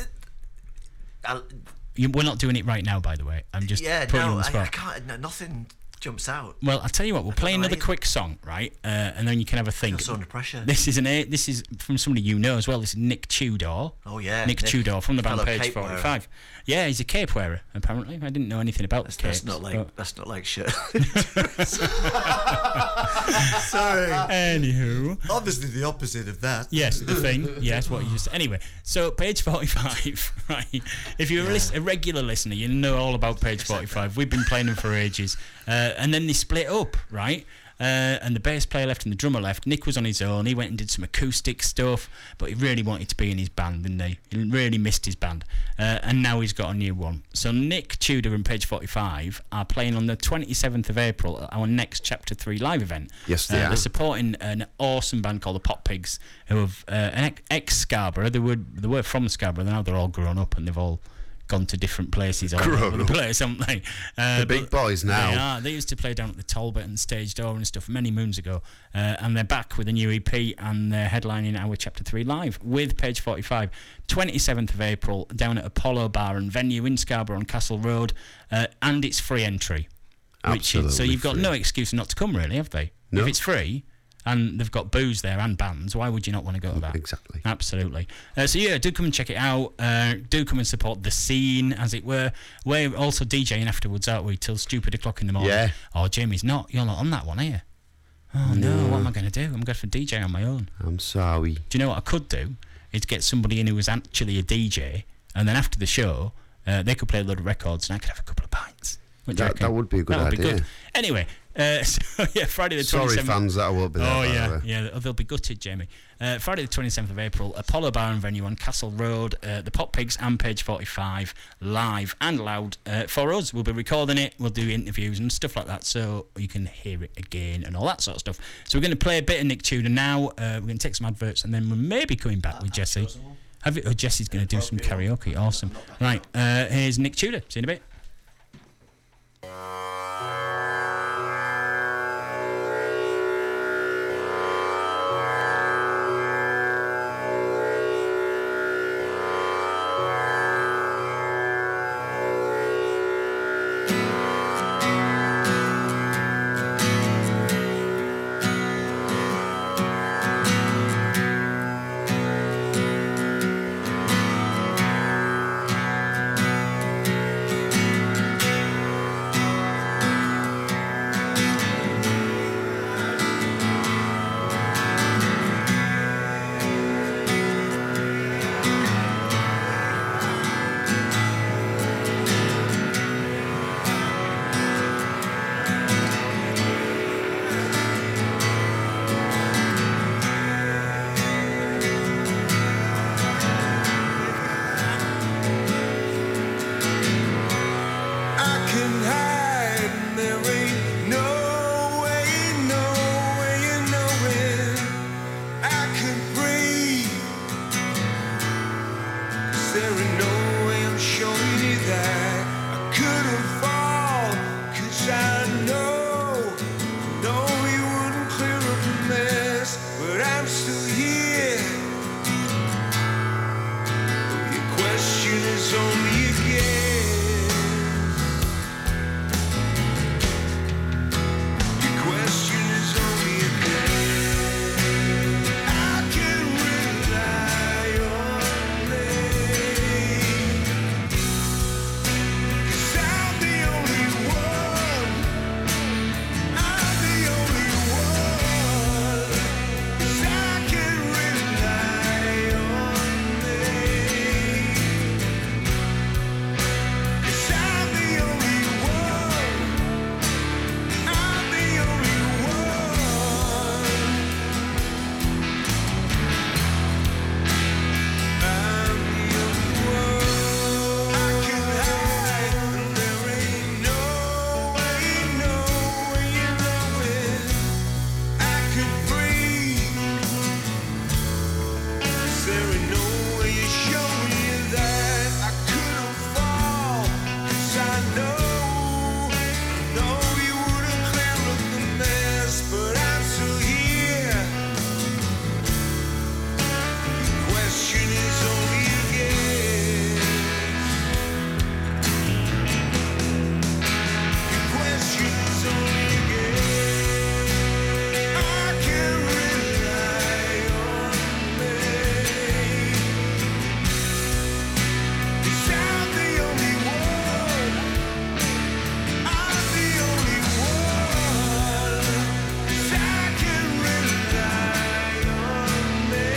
You, we're not doing it right now, by the way. I'm just
Uh, yeah,
putting you
no,
on the
I,
spot.
I can't. No, nothing jumps out.
Well, I'll tell you what. We'll play
know
another
either.
quick song, right? Uh, and then you can have a think.
so under pressure.
This is an. a- This is from somebody you know as well. This is Nick Tudor.
Oh, yeah,
Nick,
Nick,
Tudor from the band
fellow
Page
cape wearer.
Forty Five. Yeah, he's a cape wearer. Apparently, I didn't know anything about the
That's
capes.
not like
but-
that's not like shit.
Sorry.
Anywho.
Obviously, the opposite of that.
Yes, the thing. Yes, what you just. Anyway, so page 45, right? If you're a, lis- a regular listener, you know all about page 45. We've been playing them for ages. Uh, and then they split up, right? Uh, and the bass player left and the drummer left. Nick was on his own. He went and did some acoustic stuff, but he really wanted to be in his band, didn't he? He really missed his band. Uh, and now he's got a new one. So Nick Tudor and Page 45 are playing on the 27th of April at our next Chapter 3 live event.
Yes, they
Uh,
are.
They're supporting an awesome band called the Pop Pigs, who have uh, an ex Scarborough. They were they were from Scarborough. Now they're all grown up and they've all gone to different places all
Grown
over the
up.
place, haven't they? Uh,
The big
but
boys now.
They are. They used to play down at the Talbot and Stage Door and stuff many moons ago, uh, and they're back with a new EP and they're headlining our Chapter Three live with Page 45, 27th of April, down at Apollo Bar and Venue in Scarborough on Castle Road, uh, and it's free entry. Which is, so
Absolutely
you've got no excuse not to come, really, have they?
No.
If it's free and they've got booze there and bands, why would you not want to go to that? Exactly. Absolutely. Uh, so, yeah, do come and check it out. Uh, do come and support the scene, as it were. We're also DJing afterwards, aren't we, till stupid o'clock in the morning?
Yeah.
Oh, Jamie's not. You're not on that one, are you? Oh, no. What am I going to do? I'm going for DJ on my own.
I'm sorry.
Do you know what I could do? Is get somebody in who was actually a DJ, and then after the show, uh, they could play a load of records, and I could have a couple of pints. What do you
That-
reckon?
that would be a good
That would be
idea.
good. Anyway, uh, so yeah, Friday the
Sorry,
27th.
fans, that I won't be there,
Oh
by the
yeah,
way.
yeah, they'll be gutted, Jamie. Uh, Friday the 27th of April, Apollo Bar and Venue on Castle Road, uh, the Pop Pigs and Page 45 live and loud uh, for us. We'll be recording it, we'll do interviews and stuff like that so you can hear it again and all that sort of stuff. So we're going to play a bit of Nick Tudor now, uh, we're going to take some adverts and then we're maybe coming back with Jesse. Have you, oh, Jesse's going to do some karaoke. Awesome. Right, uh, here's Nick Tudor. See you in a bit.
I
Is there no way of showing you that I couldn't fall? Cause I know, know you wouldn't clear up the mess, but I'm still here. Your question is only a guess. Your question is only a guess. I can rely on it. 'Cause I'm the only one. I'm the only one. 'Cause I can rely on it. 'Cause I'm the only one. I'm the only one. I'm the only one. I can hide, and there ain't no way, no way you know it. I could breathe. Is there ain't no way you show me that I couldn't fall? 'Cause I know, know you wouldn't clear up the mess, but I'm still here. Question is only a guess. Your question is only a guess. I can rely on me. 'Cause I'm the only one. I'm the only one. 'Cause I can rely on me.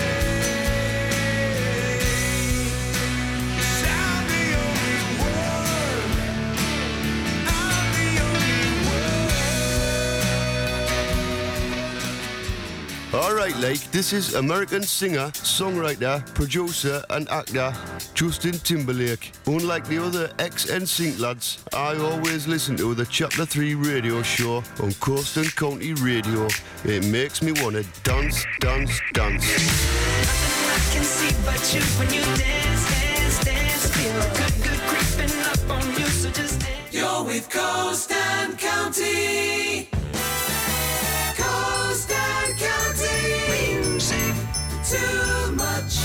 'Cause I'm the only one. I'm the only
All right, Lake, this is American singer, songwriter, producer, and actor Justin Timberlake. Unlike the other ex NSYNC lads, I always listen to the Chapter 3 radio show on Coaston County Radio. It makes me want to dance, dance, dance.
I can see but you when you dance, dance, dance. Feel a good, good creeping up on you, so just dance. You're with Coast and County. Coast and County. Music. Too much.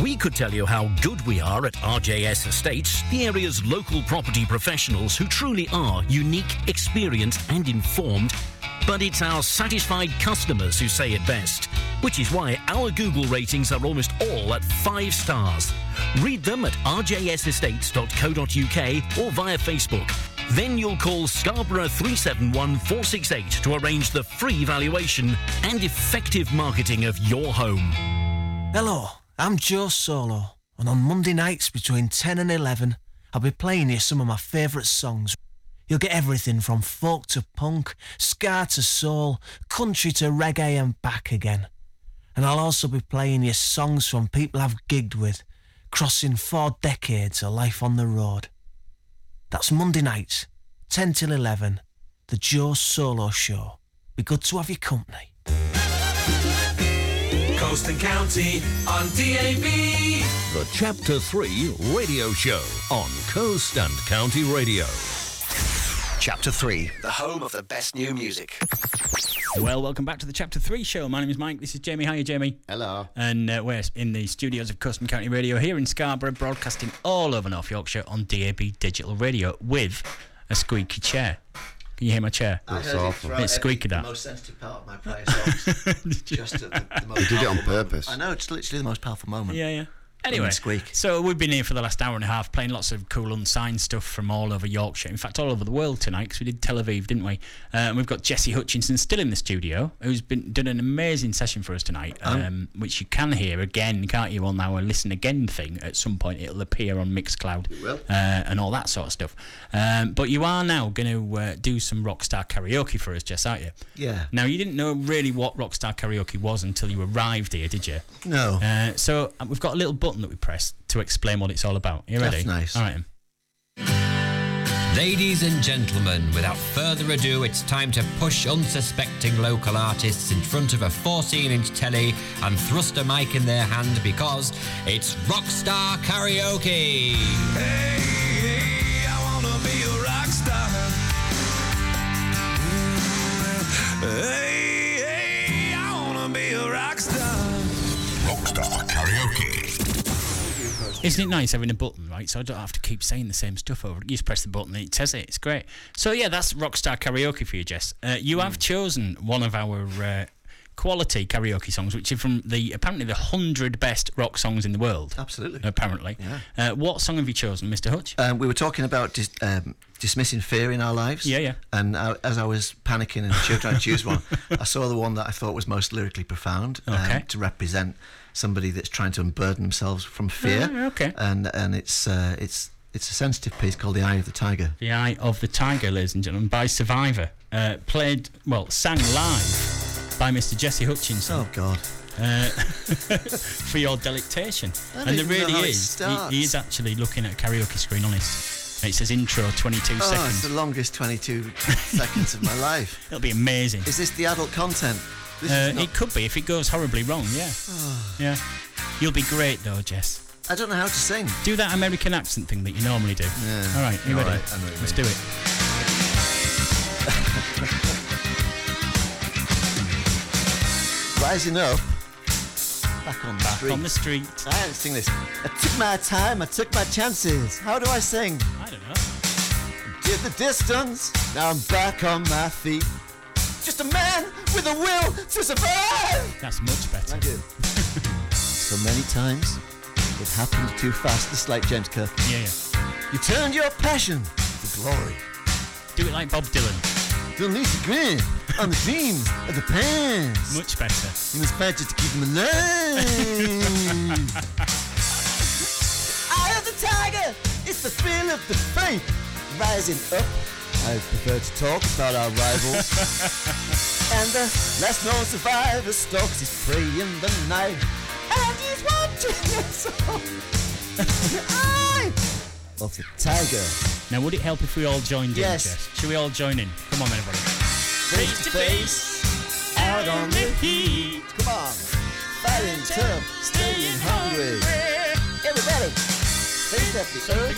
We could tell you how good we are at RJS Estates, the area's local property professionals who truly are unique, experienced, and informed. But it's our satisfied customers who say it best, which is why our Google ratings are almost all at five stars. Read them at rjsestates.co.uk or via Facebook. Then you'll call Scarborough 371 468 to arrange the free valuation and effective marketing of your home.
Hello, I'm Joe Solo, and on Monday nights between 10 and 11, I'll be playing you some of my favourite songs. You'll get everything from folk to punk, ska to soul, country to reggae, and back again. And I'll also be playing you songs from people I've gigged with, crossing four decades of life on the road. That's Monday nights, 10 till 11, The Joe Solo Show. Be good to have your company.
Coast and County on DAB.
The Chapter 3 Radio Show on Coast and County Radio.
Chapter 3, the home of the best new music.
Well, welcome back to the Chapter 3 show. My name is Mike. This is Jamie. Hiya, Jamie.
Hello.
And uh, we're in the studios of Custom County Radio here in Scarborough, broadcasting all over North Yorkshire on DAB Digital Radio with a squeaky chair. Can you hear my chair?
I heard it throughout
It's squeaky
every-
that.
The most sensitive part of my play songs. just at the, the most
They did it on
powerful moment.
purpose.
I know it's literally the most powerful moment.
Yeah, yeah. Anyway,
Blooming squeak.
so we've been here for the last hour and a half playing lots of cool unsigned stuff from all over Yorkshire. In fact, all over the world tonight because we did Tel Aviv, didn't we? Uh, and we've got Jesse Hutchinson still in the studio, who's been done an amazing session for us tonight, um,
Um,
which you can hear again, can't you? On our listen again thing at some point, it'll appear on Mixcloud
It will.
uh, and all that sort of stuff. Um, but you are now going to uh, do some rockstar karaoke for us, Jess, aren't you?
Yeah.
Now you didn't know really what rockstar karaoke was until you arrived here, did you?
No.
Uh, so uh, we've got a little button that we press to explain what it's all about. You ready?
That's nice.
All right. then.
Ladies and gentlemen, without further ado, it's time to push unsuspecting local artists in front of a 14 inch telly and thrust a mic in their hand because it's Rockstar Karaoke!
I wanna be a rock star. Hey, hey, I wanna be a rock star. Rockstar karaoke.
Isn't it nice having a button, right? So I don't have to keep saying the same stuff over. You just press the button and it says it. It's great. So yeah, that's Rockstar Karaoke for you, Jess. Uh, you
Hmm.
have chosen one of our uh, quality karaoke songs, which are from the apparently the hundred best rock songs in the world.
Absolutely.
Apparently. Uh, what song have you chosen, Mr. Hutch?
Um, we were talking about dis- um, dismissing fear in our lives. Yeah, yeah. And I, as I was panicking and cho- trying to choose one, I saw the one that I thought was most lyrically profound um,
Okay.
to represent somebody that's trying to unburden themselves from fear.
Ah, okay.
And and it's uh, it's it's a sensitive piece called "The Eye of the Tiger."
The Eye of the Tiger, ladies and gentlemen, by Survivor. Uh, played, well, sang live by Mr. Jesse Hutchinson.
Oh, God.
Uh, for your delectation.
I don't
and there
even know
really
how it
is.
starts.
He, he is actually looking at a karaoke screen on his. It says intro 22
oh, it's
seconds.
the longest 22 seconds of my life.
It'll be amazing.
Is this the adult content? This
Uh,
is not-
It could be if it goes horribly wrong, yeah. yeah. You'll be great though, Jess.
oh. I don't know how to sing.
Do that American accent thing that you normally do. Yeah. All right, you
All
ready?
right, I know what you
Let's
mean.
do it.
Rising up. Back on the
Back
street.
on the street. I
don't sing this. I took my time, I took my chances. How do I sing?
I don't know.
Did the distance, now I'm back on my feet. Just a man with a will to survive!
That's much better.
Thank you. so many times, it happened too fast. This is like James Kirk.
Yeah,
You turned your passion to glory.
Do it like Bob Dylan.
You'll need to grin on the dreams of the past.
Much better.
You must fight just to keep them alive. Eye of the tiger, it's the thrill of the fight. Rising up, I prefer to talk about our rivals. and the last known survivor stalks his prey in the night. And he's watching us all. The eye of the tiger.
Now, would it help if we all joined
Yes.
in, Jess? Should we all join in? Come on, everybody.
Face to face, out on the heat. Come on. Fighting tough, staying hungry. Everybody, face up the earth.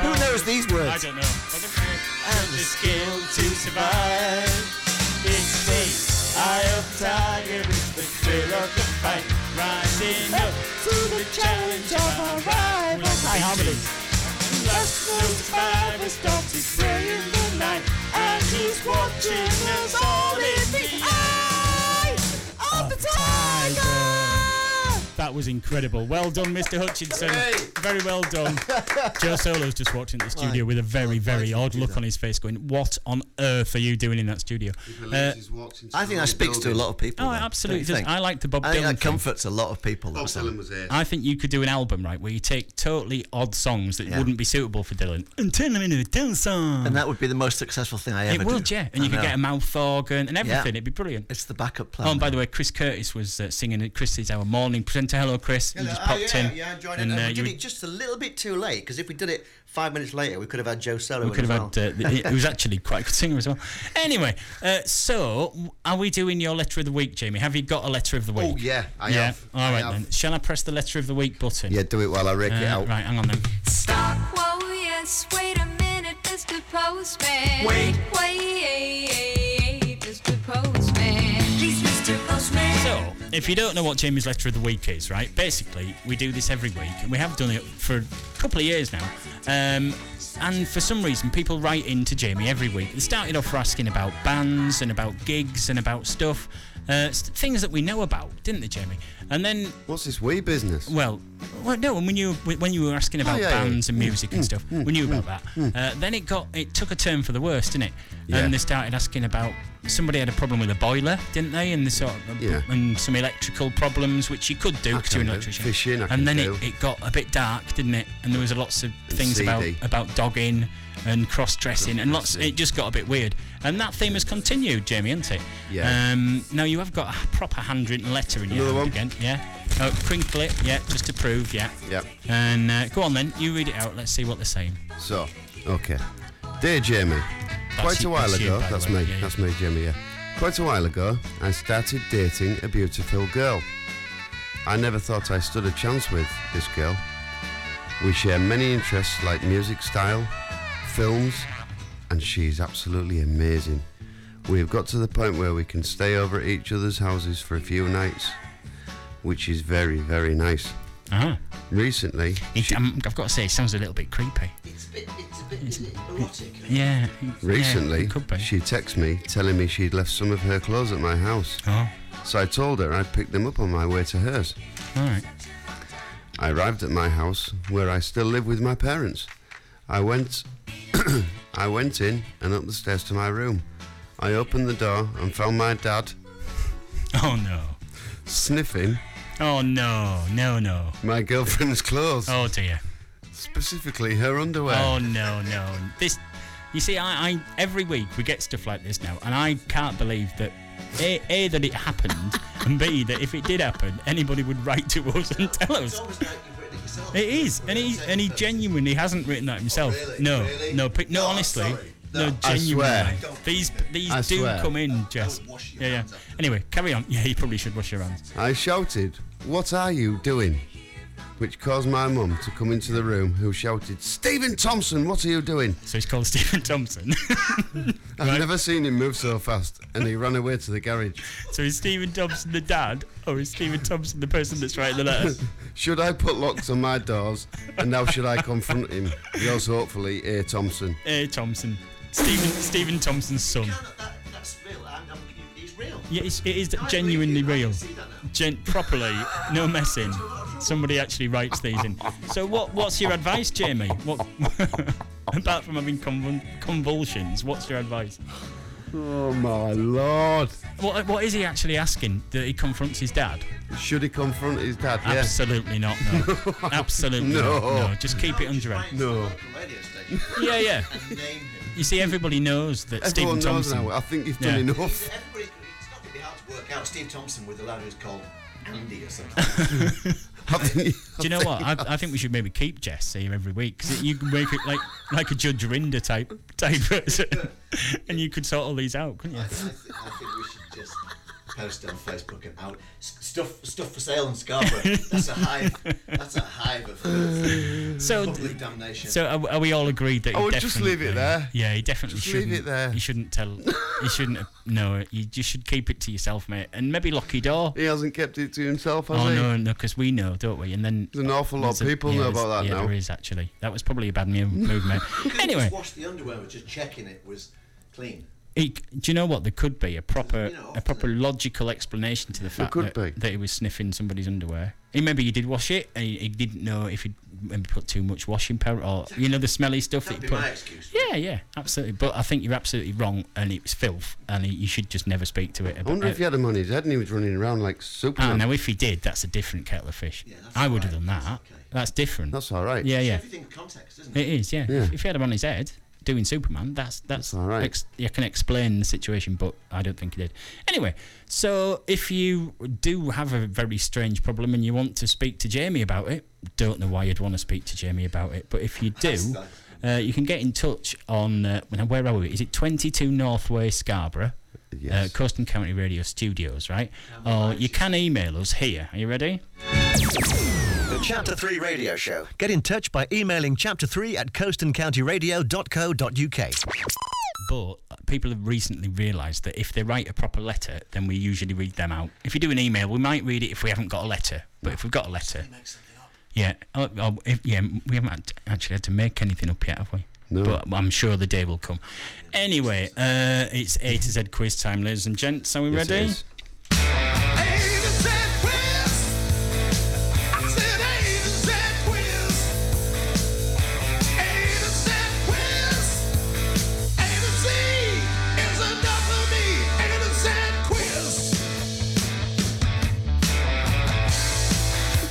Who knows these words?
I don't know.
And the skill to survive. It's the eye of the tiger, it's the thrill of the fight. Rising up to the challenge of our rivals. High harmony. Last knows five is stopped his prey in the night, and he's watching us all in the eye of the tiger.
That was incredible. Well done, Mr. Hutchinson.
Hooray.
Very well done. Joe Solo's just walked into the
Why?
studio with a very, very odd look on his face, going, What on earth are you doing in that studio? Uh,
I think that speaks to a lot of people.
Oh,
though,
absolutely.
don't you
does.
think?
I like the Bob
I think
Dylan.
that
thing.
comforts a lot of people. Bob Dylan
was here.
I think you could do an album, right, where you take totally odd songs that
Yeah.
wouldn't be suitable for Dylan and turn them into a Dylan song.
And that would be the most successful thing I ever
it would,
do.
yeah. And
I
you could
know.
get a mouth organ and everything. It'd be brilliant.
It's the backup plan.
Oh, and by the way, Chris Curtis was uh, singing. at- Chris is our morning presenter. Hello, Chris. You
Ah,
just
Oh,
popped
yeah,
in.
yeah, I enjoyed it.
and,
And
uh,
we
you
did
were-
it just a little bit too late because if we did it five minutes later, we could have had Joe Solo.
we
in
could
as
have
well.
had. Uh, the- it was actually quite a good singer as well. Anyway, uh, so w- are we doing your letter of the week, Jamie? Have you got a letter of the week?
Oh, yeah, I
yeah.
have.
All
I
right
have.
then. Shall I press the letter of the week button?
Yeah, do it while I rake it
Uh,
out.
Right, hang on then.
Stop. Whoa, yes. Wait a minute, Mr. Postman.
Wait.
Wait, Mr. Postman. Please, Mr. Postman.
So, if you don't know what Jamie's letter of the week is, right? Basically, we do this every week, and we have done it for a couple of years now. Um, and for some reason, people write in to Jamie every week. They started off asking about bands and about gigs and about stuff, uh, s- things that we know about, didn't they, Jamie? And then
what's this wee business? Oh,
Well, well, no. When you when you were asking about
yeah, yeah.
bands and music and
Mm,
stuff,
mm,
we knew about
mm,
that.
mm.
Uh, then it got it took a turn for the worse, didn't it?
Yeah.
And they started asking about somebody had a problem with a boiler, didn't they? And the sort of,
Yeah.
and some electrical problems, which you could do because you're an
do.
electrician.
Fishing, I
and
can
then
do.
It, it got a bit dark, didn't it? And there was lots of
And
things about
CD.
about dogging and cross dressing and lots. It just got a bit weird. And that theme has continued, Jamie, hasn't it?
Yeah.
Um, now you have got a proper handwritten letter in your
Another
hand
one?
again. Yeah. Oh, crinkle it. Yeah, just to prove. Yeah.
Yep.
And uh, go on then, you read it out. Let's see what they're saying.
So, Okay. Dear Jamie, quite a
you-
while
that's you,
ago,
by the
that's
way,
me,
yeah, yeah.
that's me, Jamie, yeah. Quite a while ago, I started dating a beautiful girl. I never thought I stood a chance with this girl. We share many interests like music style, films, and she's absolutely amazing. We have got to the point where we can stay over at each other's houses for a few nights, which is very, very nice.
Ah.
Recently,
It, um, I've got to say, it sounds a little bit creepy. Yeah. yeah,
Recently, she texted me telling me she'd left some of her clothes at my house.
Oh.
So I told her I'd picked them up on my way to hers.
All right.
I arrived at my house where I still live with my parents. I went I went in and up the stairs to my room. I opened the door and found my dad
Oh no.
sniffing
Oh no, no, no.
my girlfriend's clothes.
Oh dear.
Specifically her underwear.
Oh no, no. This, you see, I, I every week we get stuff like this now, and I can't believe that a, a that it happened, and b that if it did happen, anybody would write to us and tell us. It is, and he and he genuinely hasn't written that himself. No, no, pe- no, honestly. No,
I
genuinely.
swear.
These these
I
do
swear.
come in, Jess. yeah, yeah. Anyway, carry on. Yeah, you probably should wash your hands.
I shouted, What are you doing? Which caused my mum to come into the room, who shouted, Stephen Thompson, what are you doing?
So he's called Stephen Thompson.
I've never seen him move so fast, and he ran away to the garage.
So is Stephen Thompson the dad, or is Stephen Thompson the person that's writing the letter?
should I put locks on my doors, and now should I confront him? Yours, hopefully, A. Thompson.
Eh, Thompson. Stephen Stephen Thompson's son.
That's real. I'm, I'm, he's real.
Yeah, it's, it is genuinely real. Gen- properly, no messing. Somebody actually writes these in. So what? What's your advice, Jamie? What apart from having convul- convulsions? What's your advice?
Oh my lord!
What What is he actually asking? That he confronts his dad?
Should he confront his dad? Yeah.
Absolutely not. No. Absolutely
No.
not. No. Just keep it under wraps.
No.
Yeah, yeah. You see, everybody knows that Stephen
Everyone knows
Thompson.
now. I think you've done
Yeah.
enough.
Everybody's, it's not going to be hard to work out. Steve Thompson with a lad who's called Andy or
Do
something.
you know what? I, I think we should maybe keep Jess here every week because you can make it like like a Judge Rinder type type person, and you could sort all these out, couldn't you?
I think we should just post on Facebook and out S- stuff stuff for sale in Scarborough. That's a hive. That's a hive of filth.
So
public damnation.
So are, are we all agreed that?
I
he
would just
definitely-
leave it there.
Yeah, he definitely
Just leave
shouldn't.
it there.
You shouldn't tell. You shouldn't know it. You just should keep it to yourself, mate. And maybe Lucky Door.
He hasn't kept it to himself, has
Oh
he?
no, no, because we know, don't we? And then
There's an awful lot of
there's a-
people
yeah,
know
there's-
about that
yeah,
now.
there is actually. That was probably a bad mu- move, mate.
Anyway,
anyway,
just wash the underwear. We're just checking it was clean.
It, do you know what? There could be a proper, a proper
uh,
logical explanation to the fact
could
that, that he was sniffing somebody's underwear. He- maybe he did wash it, and he, he didn't know if he maybe put too much washing powder or you know the smelly stuff
That'd
that he
be
put.
my excuse.
Yeah, yeah, absolutely. But I think you're absolutely wrong, and it was filth, and he, you should just never speak to it.
I wonder if he had him on his head and he was running around like
Ah,
Superman.
now uh, if he did, that's a different kettle of fish. I would have done that. That's, different.
That's all right.
Yeah, yeah.
Everything in context, isn't
It is, yeah.
Yeah.
If, if he had him on his head doing Superman, that's that's,
all right.
Ex- you can explain the situation, but I don't think he did. Anyway, so if you do have a very strange problem and you want to speak to Jamie about it, don't know why you'd want to speak to Jamie about it, but if you do. Uh, you can get in touch on uh, now, where are we? Is it 22 Northway Scarborough, yes. uh, Coast and County Radio Studios, right? Or you can email us here. Are you ready?
The Chapter 3 Radio Show.
Get in touch by emailing chapter 3 at coastandcountyradio.co.uk.
But people have recently realised that if they write a proper letter, then we usually read them out. If you do an email, we might read it if we haven't got a letter. But if we've got a letter, yeah, oh, oh, if, yeah, we haven't act- actually had to make anything up yet, have we?
No.
But I'm sure the day will come. Anyway, uh, it's A to Z quiz time, ladies and gents. Are we
Yes, it
ready?
is.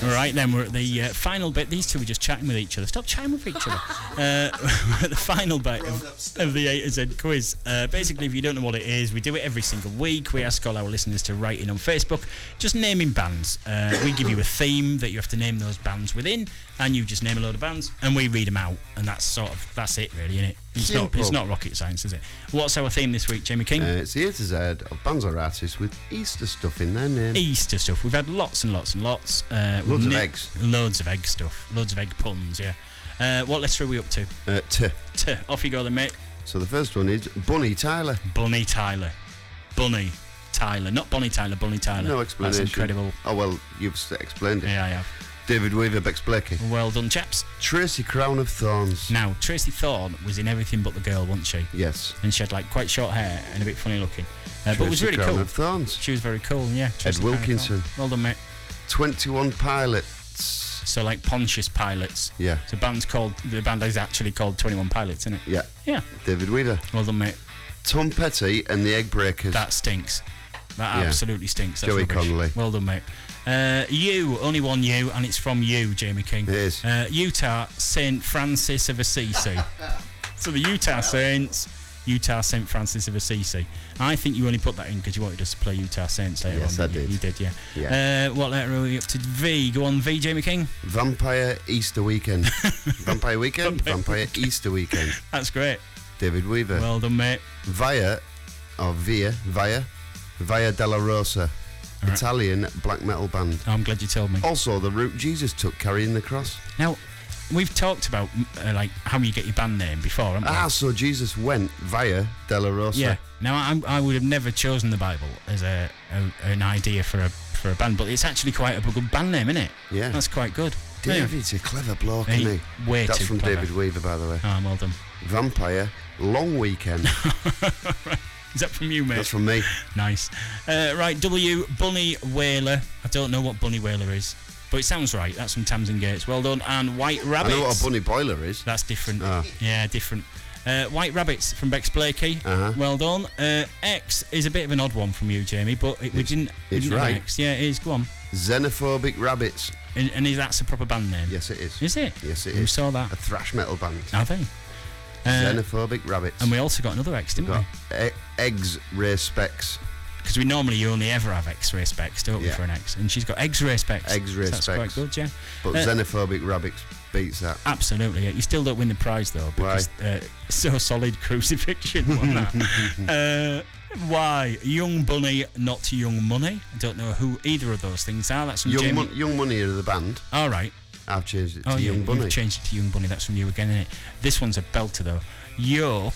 Right then, we're at the uh, final bit. These two were just chatting with each other. Stop chatting with each other. Uh, we're at the final bit of, of the A to Z quiz. Uh, basically, if you don't know what it is, we do it every single week. We ask all our listeners to write in on Facebook, just naming bands. Uh, we give you a theme that you have to name those bands within, and you just name a load of bands, and we read them out. And that's sort of that's it, really, isn't it? It's not, it's
Simple.
not rocket science, is it? What's our theme this week, Jamie King?
Uh, it's the A to Z of bands or artists with Easter stuff in their name.
Easter stuff. We've had lots and lots and lots. Uh,
Loads of
ni-
eggs.
Loads of egg stuff. Loads of egg puns. Yeah. Uh, what letter are we up to?
Uh, t.
T. Off you go then, mate.
So the first one is Bunny Tyler.
Bunny Tyler. Bunny Tyler. Not Bonnie Tyler. Bunny Tyler.
No explanation.
That's incredible.
Oh, well, you've s- explained it.
Yeah, I have.
David Weaver, Bex Blakey.
Well done, chaps.
Tracy Crown of Thorns.
Now Tracy Thorn was in everything but the girl, wasn't she?
Yes.
And she had like quite short hair and a bit funny looking, uh, but was
Tracy
really
Crown
cool.
of Thorns.
She was very cool. Yeah.
Ed
Tracy Crown of
Wilkinson.
Well done, mate.
21 Pilots.
So like Pontius Pilots.
Yeah.
So band's called the band is actually called Twenty One Pilots, isn't it?
Yeah.
Yeah.
David Weaver.
Well done, mate.
Tom Petty and the Egg Breakers.
That stinks. That
Yeah.
absolutely stinks. That's
Joey
rubbish.
Connolly.
Well done, mate. Uh, you, only one you, and it's from you, Jamie King. It
is.
Uh, Utah St. Francis of Assisi. so the Utah Saints, Utah St. Francis of Assisi. I think you only put that in because you wanted us to play Utah Saints later
Yes,
on.
I did.
didn't You, you did, yeah.
Yeah.
Uh, what letter are we up to? V. Go on, V, Jamie King.
Vampire Easter Weekend. Vampire Weekend? Vampire Easter Weekend.
That's great.
David Weaver.
Well done, mate.
Via, or via, via, via Della Rosa. Italian black metal band.
I'm glad you told me.
Also, the route Jesus took carrying the cross.
Now, we've talked about m- uh, like how you get your band name before, haven't we?
Ah, so Jesus went via Della Rosa.
Yeah. Now I, I would have never chosen the Bible as a, a an idea for a for a band, but it's actually quite a good band name, isn't it?
Yeah.
That's quite good.
David's a clever bloke,
He-
isn't he?
way
That's
too
from
clever.
David Weaver, by the way.
Ah, well done. Oh,
Vampire, long weekend.
Is that from you, mate?
That's from me.
nice. Uh, right, W Bunny Whaler. I don't know what Bunny Whaler is, but it sounds right. That's from Tamsin Gates. Well done. And White
I
Rabbits.
know what a bunny boiler is.
That's different.
Ah.
Yeah, different. Uh, White Rabbits from Bex Blakey.
Uh-huh.
Well done. Uh, X is a bit of an odd one from you, Jamie, but it, we didn't. we
it's
didn't have
right.
X. Yeah, it is. Go on.
Xenophobic Rabbits.
And, and is that's a proper band name?
Yes, it is.
Is it?
Yes, it is.
Who saw that?
A thrash metal band.
Are they? Uh,
Xenophobic Rabbits.
and we also got another X, didn't we?
got e- eggs, ray specs.
Because we normally you only ever have X-ray specs, don't we,
Yeah.
for an X? And she's got X-ray specs.
X-ray
so that's
specs.
quite good, yeah.
But
Uh,
xenophobic rabbits beats that.
Absolutely. yeah. You still don't win the prize though because uh, so solid crucifixion won that. uh, why young bunny, not young money? I don't know who either of those things are. That's from
Young,
Jamie.
Mon- Young Money are the band.
All right.
I've changed it to
Oh, yeah,
Young Bunny.
You've changed it to Young Bunny. That's from you again, isn't it? This one's a belter, though. Yolk,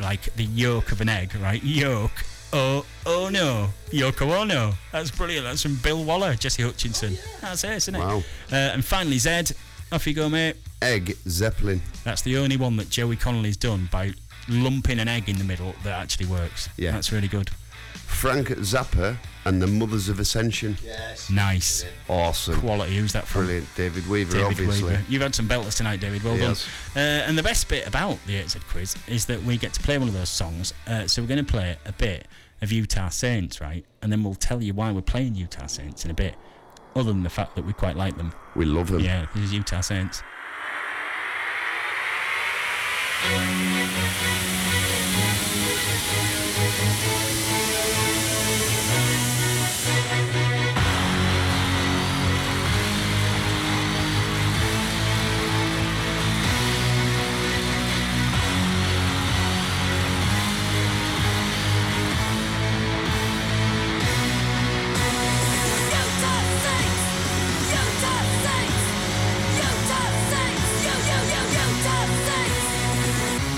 like the yolk of an egg, right? Yolk. Oh, oh no. Yoko Ono. oh. That's brilliant. That's from Bill Waller, Jesse Hutchinson. That's it, isn't it?
Wow.
Uh, and finally, Zed. Off you go, mate.
Egg Zeppelin.
That's the only one that Joey Connolly's done by lumping an egg in the middle that actually works.
Yeah.
That's really good.
Frank Zappa and the Mothers of Ascension.
Nice.
Awesome.
Quality. Who's that from?
Brilliant. David Weaver,
David
obviously.
Weaver. You've had some belters tonight, David. Well
Yes.
done. Uh, and the best bit about the 8 quiz is that we get to play one of those songs. Uh, so we're going to play a bit of Utah Saints, right? And then we'll tell you why we're playing Utah Saints in a bit, other than the fact that we quite like them.
We love them.
Yeah, this is Utah Saints.
Saints!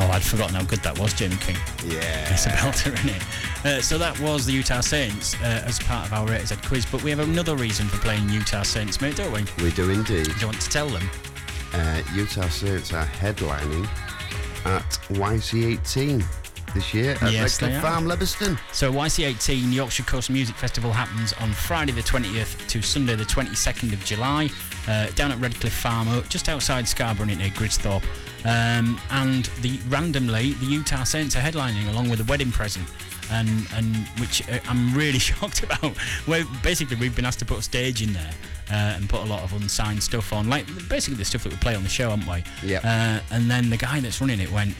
Oh, I'd forgotten how good that was, Jamie King.
Yeah.
It's a belter, isn't it? Uh, so that was the Utah Saints uh, as part of our Rated Z quiz, but we have another reason for playing Utah Saints, mate, don't we?
We do indeed. Do
you want to tell them?
Uh, Utah Saints are headlining at YC18 this year at Redcliffe
yes, they are.
Farm, Leverston.
So YC18 Yorkshire Coast Music Festival happens on Friday the 20th to Sunday the 22nd of July uh, down at Redcliffe Farm, uh, just outside Scarborough near Gridsthorpe. Um, and the randomly, the Utah Saints are headlining along with the Wedding Present. And, and which uh, I'm really shocked about. Where basically we've been asked to put a stage in there uh, and put a lot of unsigned stuff on, like basically the stuff that we play on the show, haven't we?
Yeah.
Uh, and then the guy that's running it went,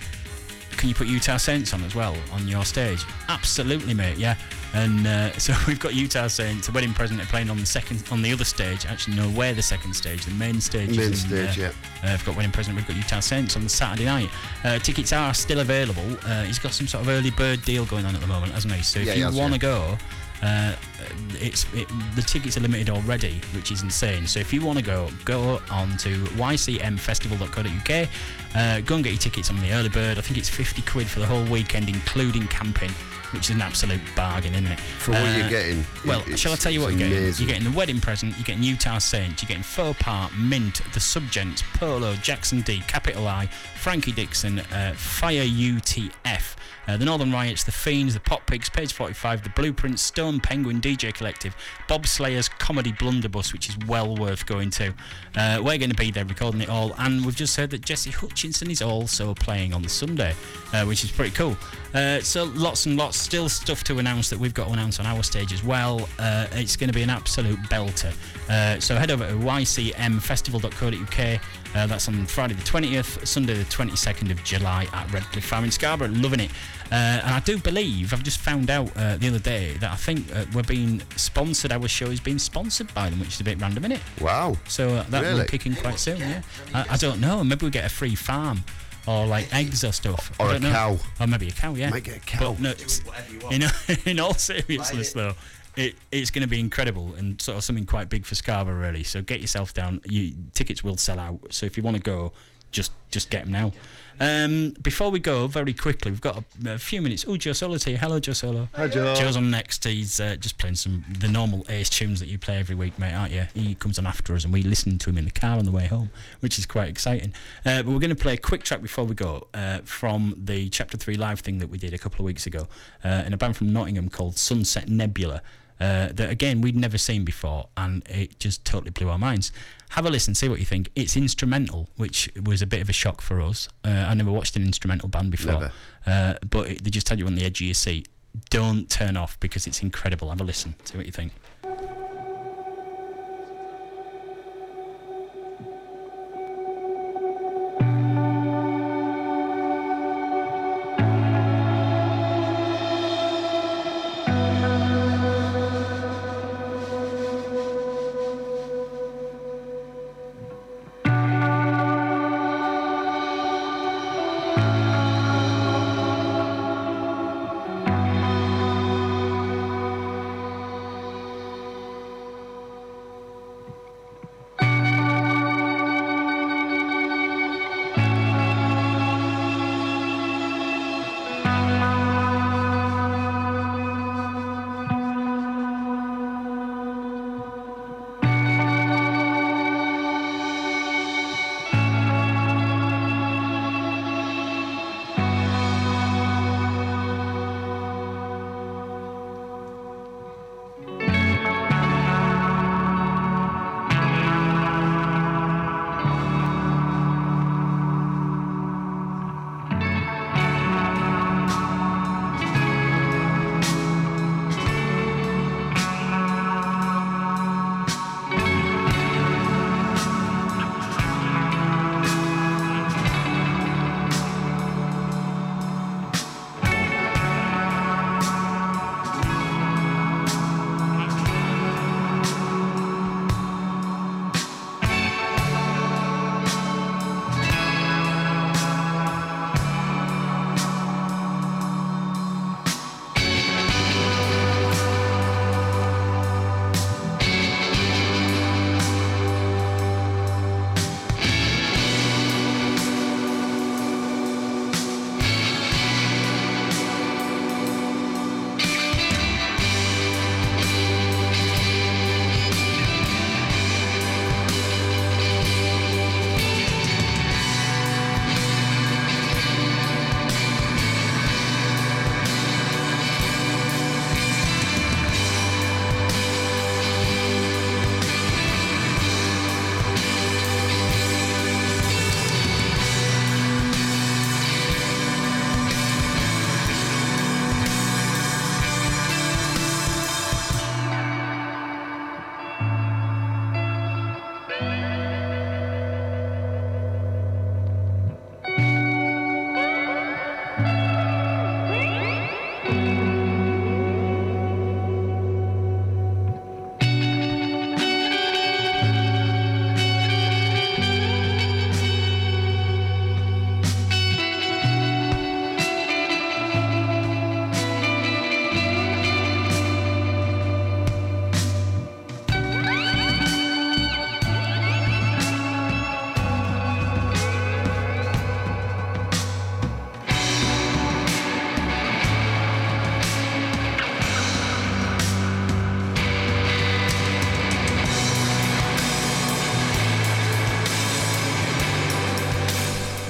can you put Utah Saints on as well on your stage? Absolutely, mate. Yeah. And uh, so we've got Utah Saints, a wedding present, playing on the second, on the other stage. Actually, no, where the second stage, the main stage. is
Main
in,
stage,
uh,
yeah.
uh, I've got wedding present. We've got Utah Saints on the Saturday night. Uh, tickets are still available. Uh, he's got some sort of early bird deal going on at the moment, hasn't he? So if
Yeah, he
you
has,
want to
yeah.
go, uh, it's it, the tickets are limited already, which is insane. So if you want to go, go on to ycmfestival.co.uk. Uh, go and get your tickets on the early bird. I think it's 50 quid for the whole weekend, including camping, which is an absolute bargain, isn't it? Uh,
For what you're getting,
Well,
it-
shall I
it's-
tell you what
it's
you're getting?
amazing.
You're getting the wedding present, you're getting Utah Saints, you're getting Faux Pas, Mint, The Subgents, Polo, Jackson D, Capital I, Frankie Dixon, uh, Fire UTF, uh, The Northern Riots, The Fiends, The Pop Pigs, Page 45, The Blueprints, Stone Penguin, DJ Collective, Bob Slayer's Comedy Blunderbuss, which is well worth going to. Uh, we're going to be there recording it all, and we've just heard that Jesse Hutchinson is also playing on Sunday, uh, which is pretty cool. Uh, so lots and lots, still stuff to announce that we've got to announce on our stage as well. Uh, it's going to be an absolute belter. Uh, so head over to ycmfestival.co.uk. Uh, that's on Friday the 20th, Sunday the 22nd of July at Redcliffe Farm in Scarborough. Loving it. Uh, and I do believe, I've just found out uh, the other day that I think uh, we're being sponsored, our show is being sponsored by them, which is a bit random, isn't it?
Wow.
So uh, that will
Really?
kick in quite soon, yeah. I, I don't know. Maybe we get a free farm or like eggs or stuff. I
Or a
don't know.
cow.
Or maybe a cow, yeah.
Might get a cow.
But no, it's- in, in all seriousness, though, it, it's going to be incredible and sort of something quite big for Scarborough, really. So get yourself down. You, tickets will sell out. So if you want to go, just just get them now. Um, before we go, very quickly, we've got a, a few minutes. Oh, Joe Solo's here. Hello, Joe Solo.
Hi, Joe.
Joe's on next. He's uh, just playing some the normal Ace tunes that you play every week, mate, aren't you? He comes on after us, and we listen to him in the car on the way home, which is quite exciting. Uh, but we're going to play a quick track before we go uh, from the Chapter Three live thing that we did a couple of weeks ago uh, in a band from Nottingham called Sunset Nebula. Uh, that again we'd never seen before, and it just totally blew our minds. Have a listen, see what you think. It's instrumental, which was a bit of a shock for us. Uh, I never watched an instrumental band before,
Never.
uh, but it, they just had you on the edge of your seat. Don't turn off because it's incredible. Have a listen, see what you think.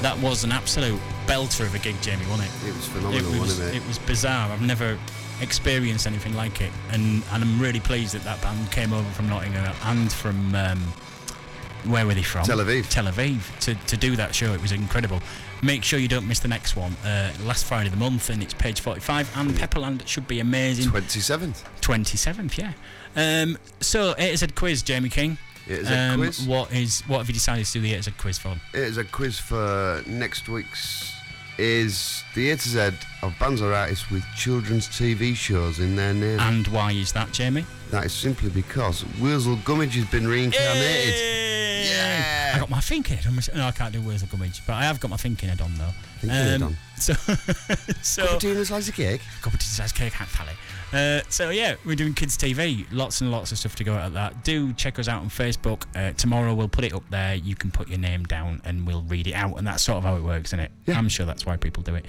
That was an absolute belter of a gig, Jamie, wasn't it?
It was phenomenal,
was,
wasn't it?
It was bizarre. I've never experienced anything like it, and and I'm really pleased that that band came over from Nottingham and from um, where were they from?
Tel Aviv.
Tel Aviv to to do that show. It was incredible. Make sure you don't miss the next one. Uh, last Friday of the month, and it's page 45. And Pepperland should be amazing.
27th.
27th, yeah. Um, so, A to Z quiz, Jamie King. Um,
A to Z quiz?
What is what have you decided to do the A to Z quiz for?
Here's a quiz for next week's is the A to Z of bands or artists with children's TV shows in their name.
And why is that, Jamie?
That is simply because Wurzel Gummidge has been reincarnated.
Yeah. I got my thinking head on. my sh- No, I can't do words of gummage, but I have got my thinking head on though. Um,
Thinking head on.
So, so
Cup of tea and a slice of cake.
Cup of tea and a slice of cake, hat pally. Uh, so yeah, we're doing kids TV. Lots and lots of stuff to go out at that. Do check us out on Facebook. Uh, tomorrow we'll put it up there. You can put your name down and we'll read it out, and that's sort of how it works, isn't it? I'm sure that's why people do it.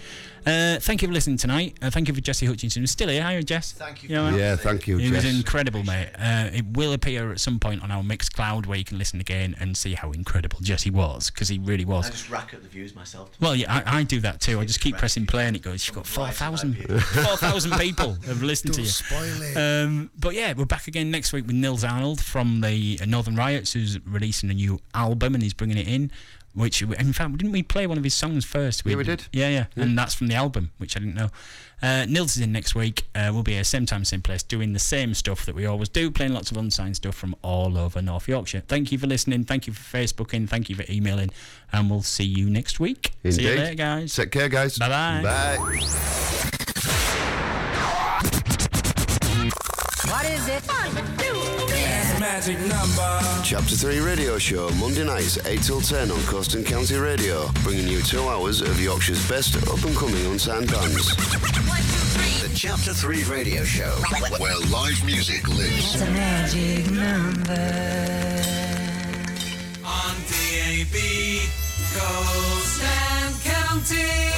Uh, thank you for listening tonight. Uh, thank you for Jesse Hutchinson. Who's still here? Hiya, Jess. Thank
for listening. Yeah, thank you,
It
Jess.
was incredible, mate. Uh, it will appear at some point on our Mixed Cloud where you can listen again and see how incredible Jesse was because he really was.
I just rack up the views myself.
Well, yeah, I, I do that too. I just keep pressing play and it goes, you've got 4,000 4,000 people have listened to
Don't
you.
spoil it.
Um, but yeah, we're back again next week with Nils Arnold from the uh, Northern Riots, who's releasing a new album and he's bringing it in. Which, we- in fact, didn't we play one of his songs first?
Yeah, we did.
Yeah, yeah,
Yeah.
and that's from the album, which I didn't know. Uh, Nils is in next week. Uh, we'll be here same time, same place, doing the same stuff that we always do, playing lots of unsigned stuff from all over North Yorkshire. Thank you for listening. Thank you for Facebooking. Thank you for emailing, and we'll see you next week. See you
Indeed.
later, guys.
Take care, guys.
Bye-bye.
Bye.
What is it?
Magic number.
Chapter 3 Radio Show, Monday nights, 8 till 10 on Coston County Radio, bringing you two hours of Yorkshire's best up and coming unsigned bands.
The Chapter 3 Radio Show.
Where live music lives.
It's a magic number.
On DAB, goes
Sam County.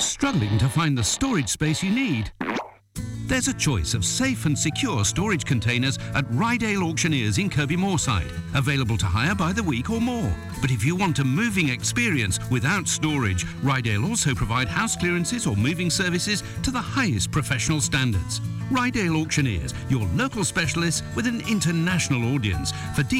Struggling to find the storage space you need? There's a choice of safe and secure storage containers at Rydale Auctioneers in Kirby Moorside, available to hire by the week or more. But if you want a moving experience without storage, Rydale also provide house clearances or moving services to the highest professional standards. Rydale Auctioneers, your local specialist with an international audience. For details,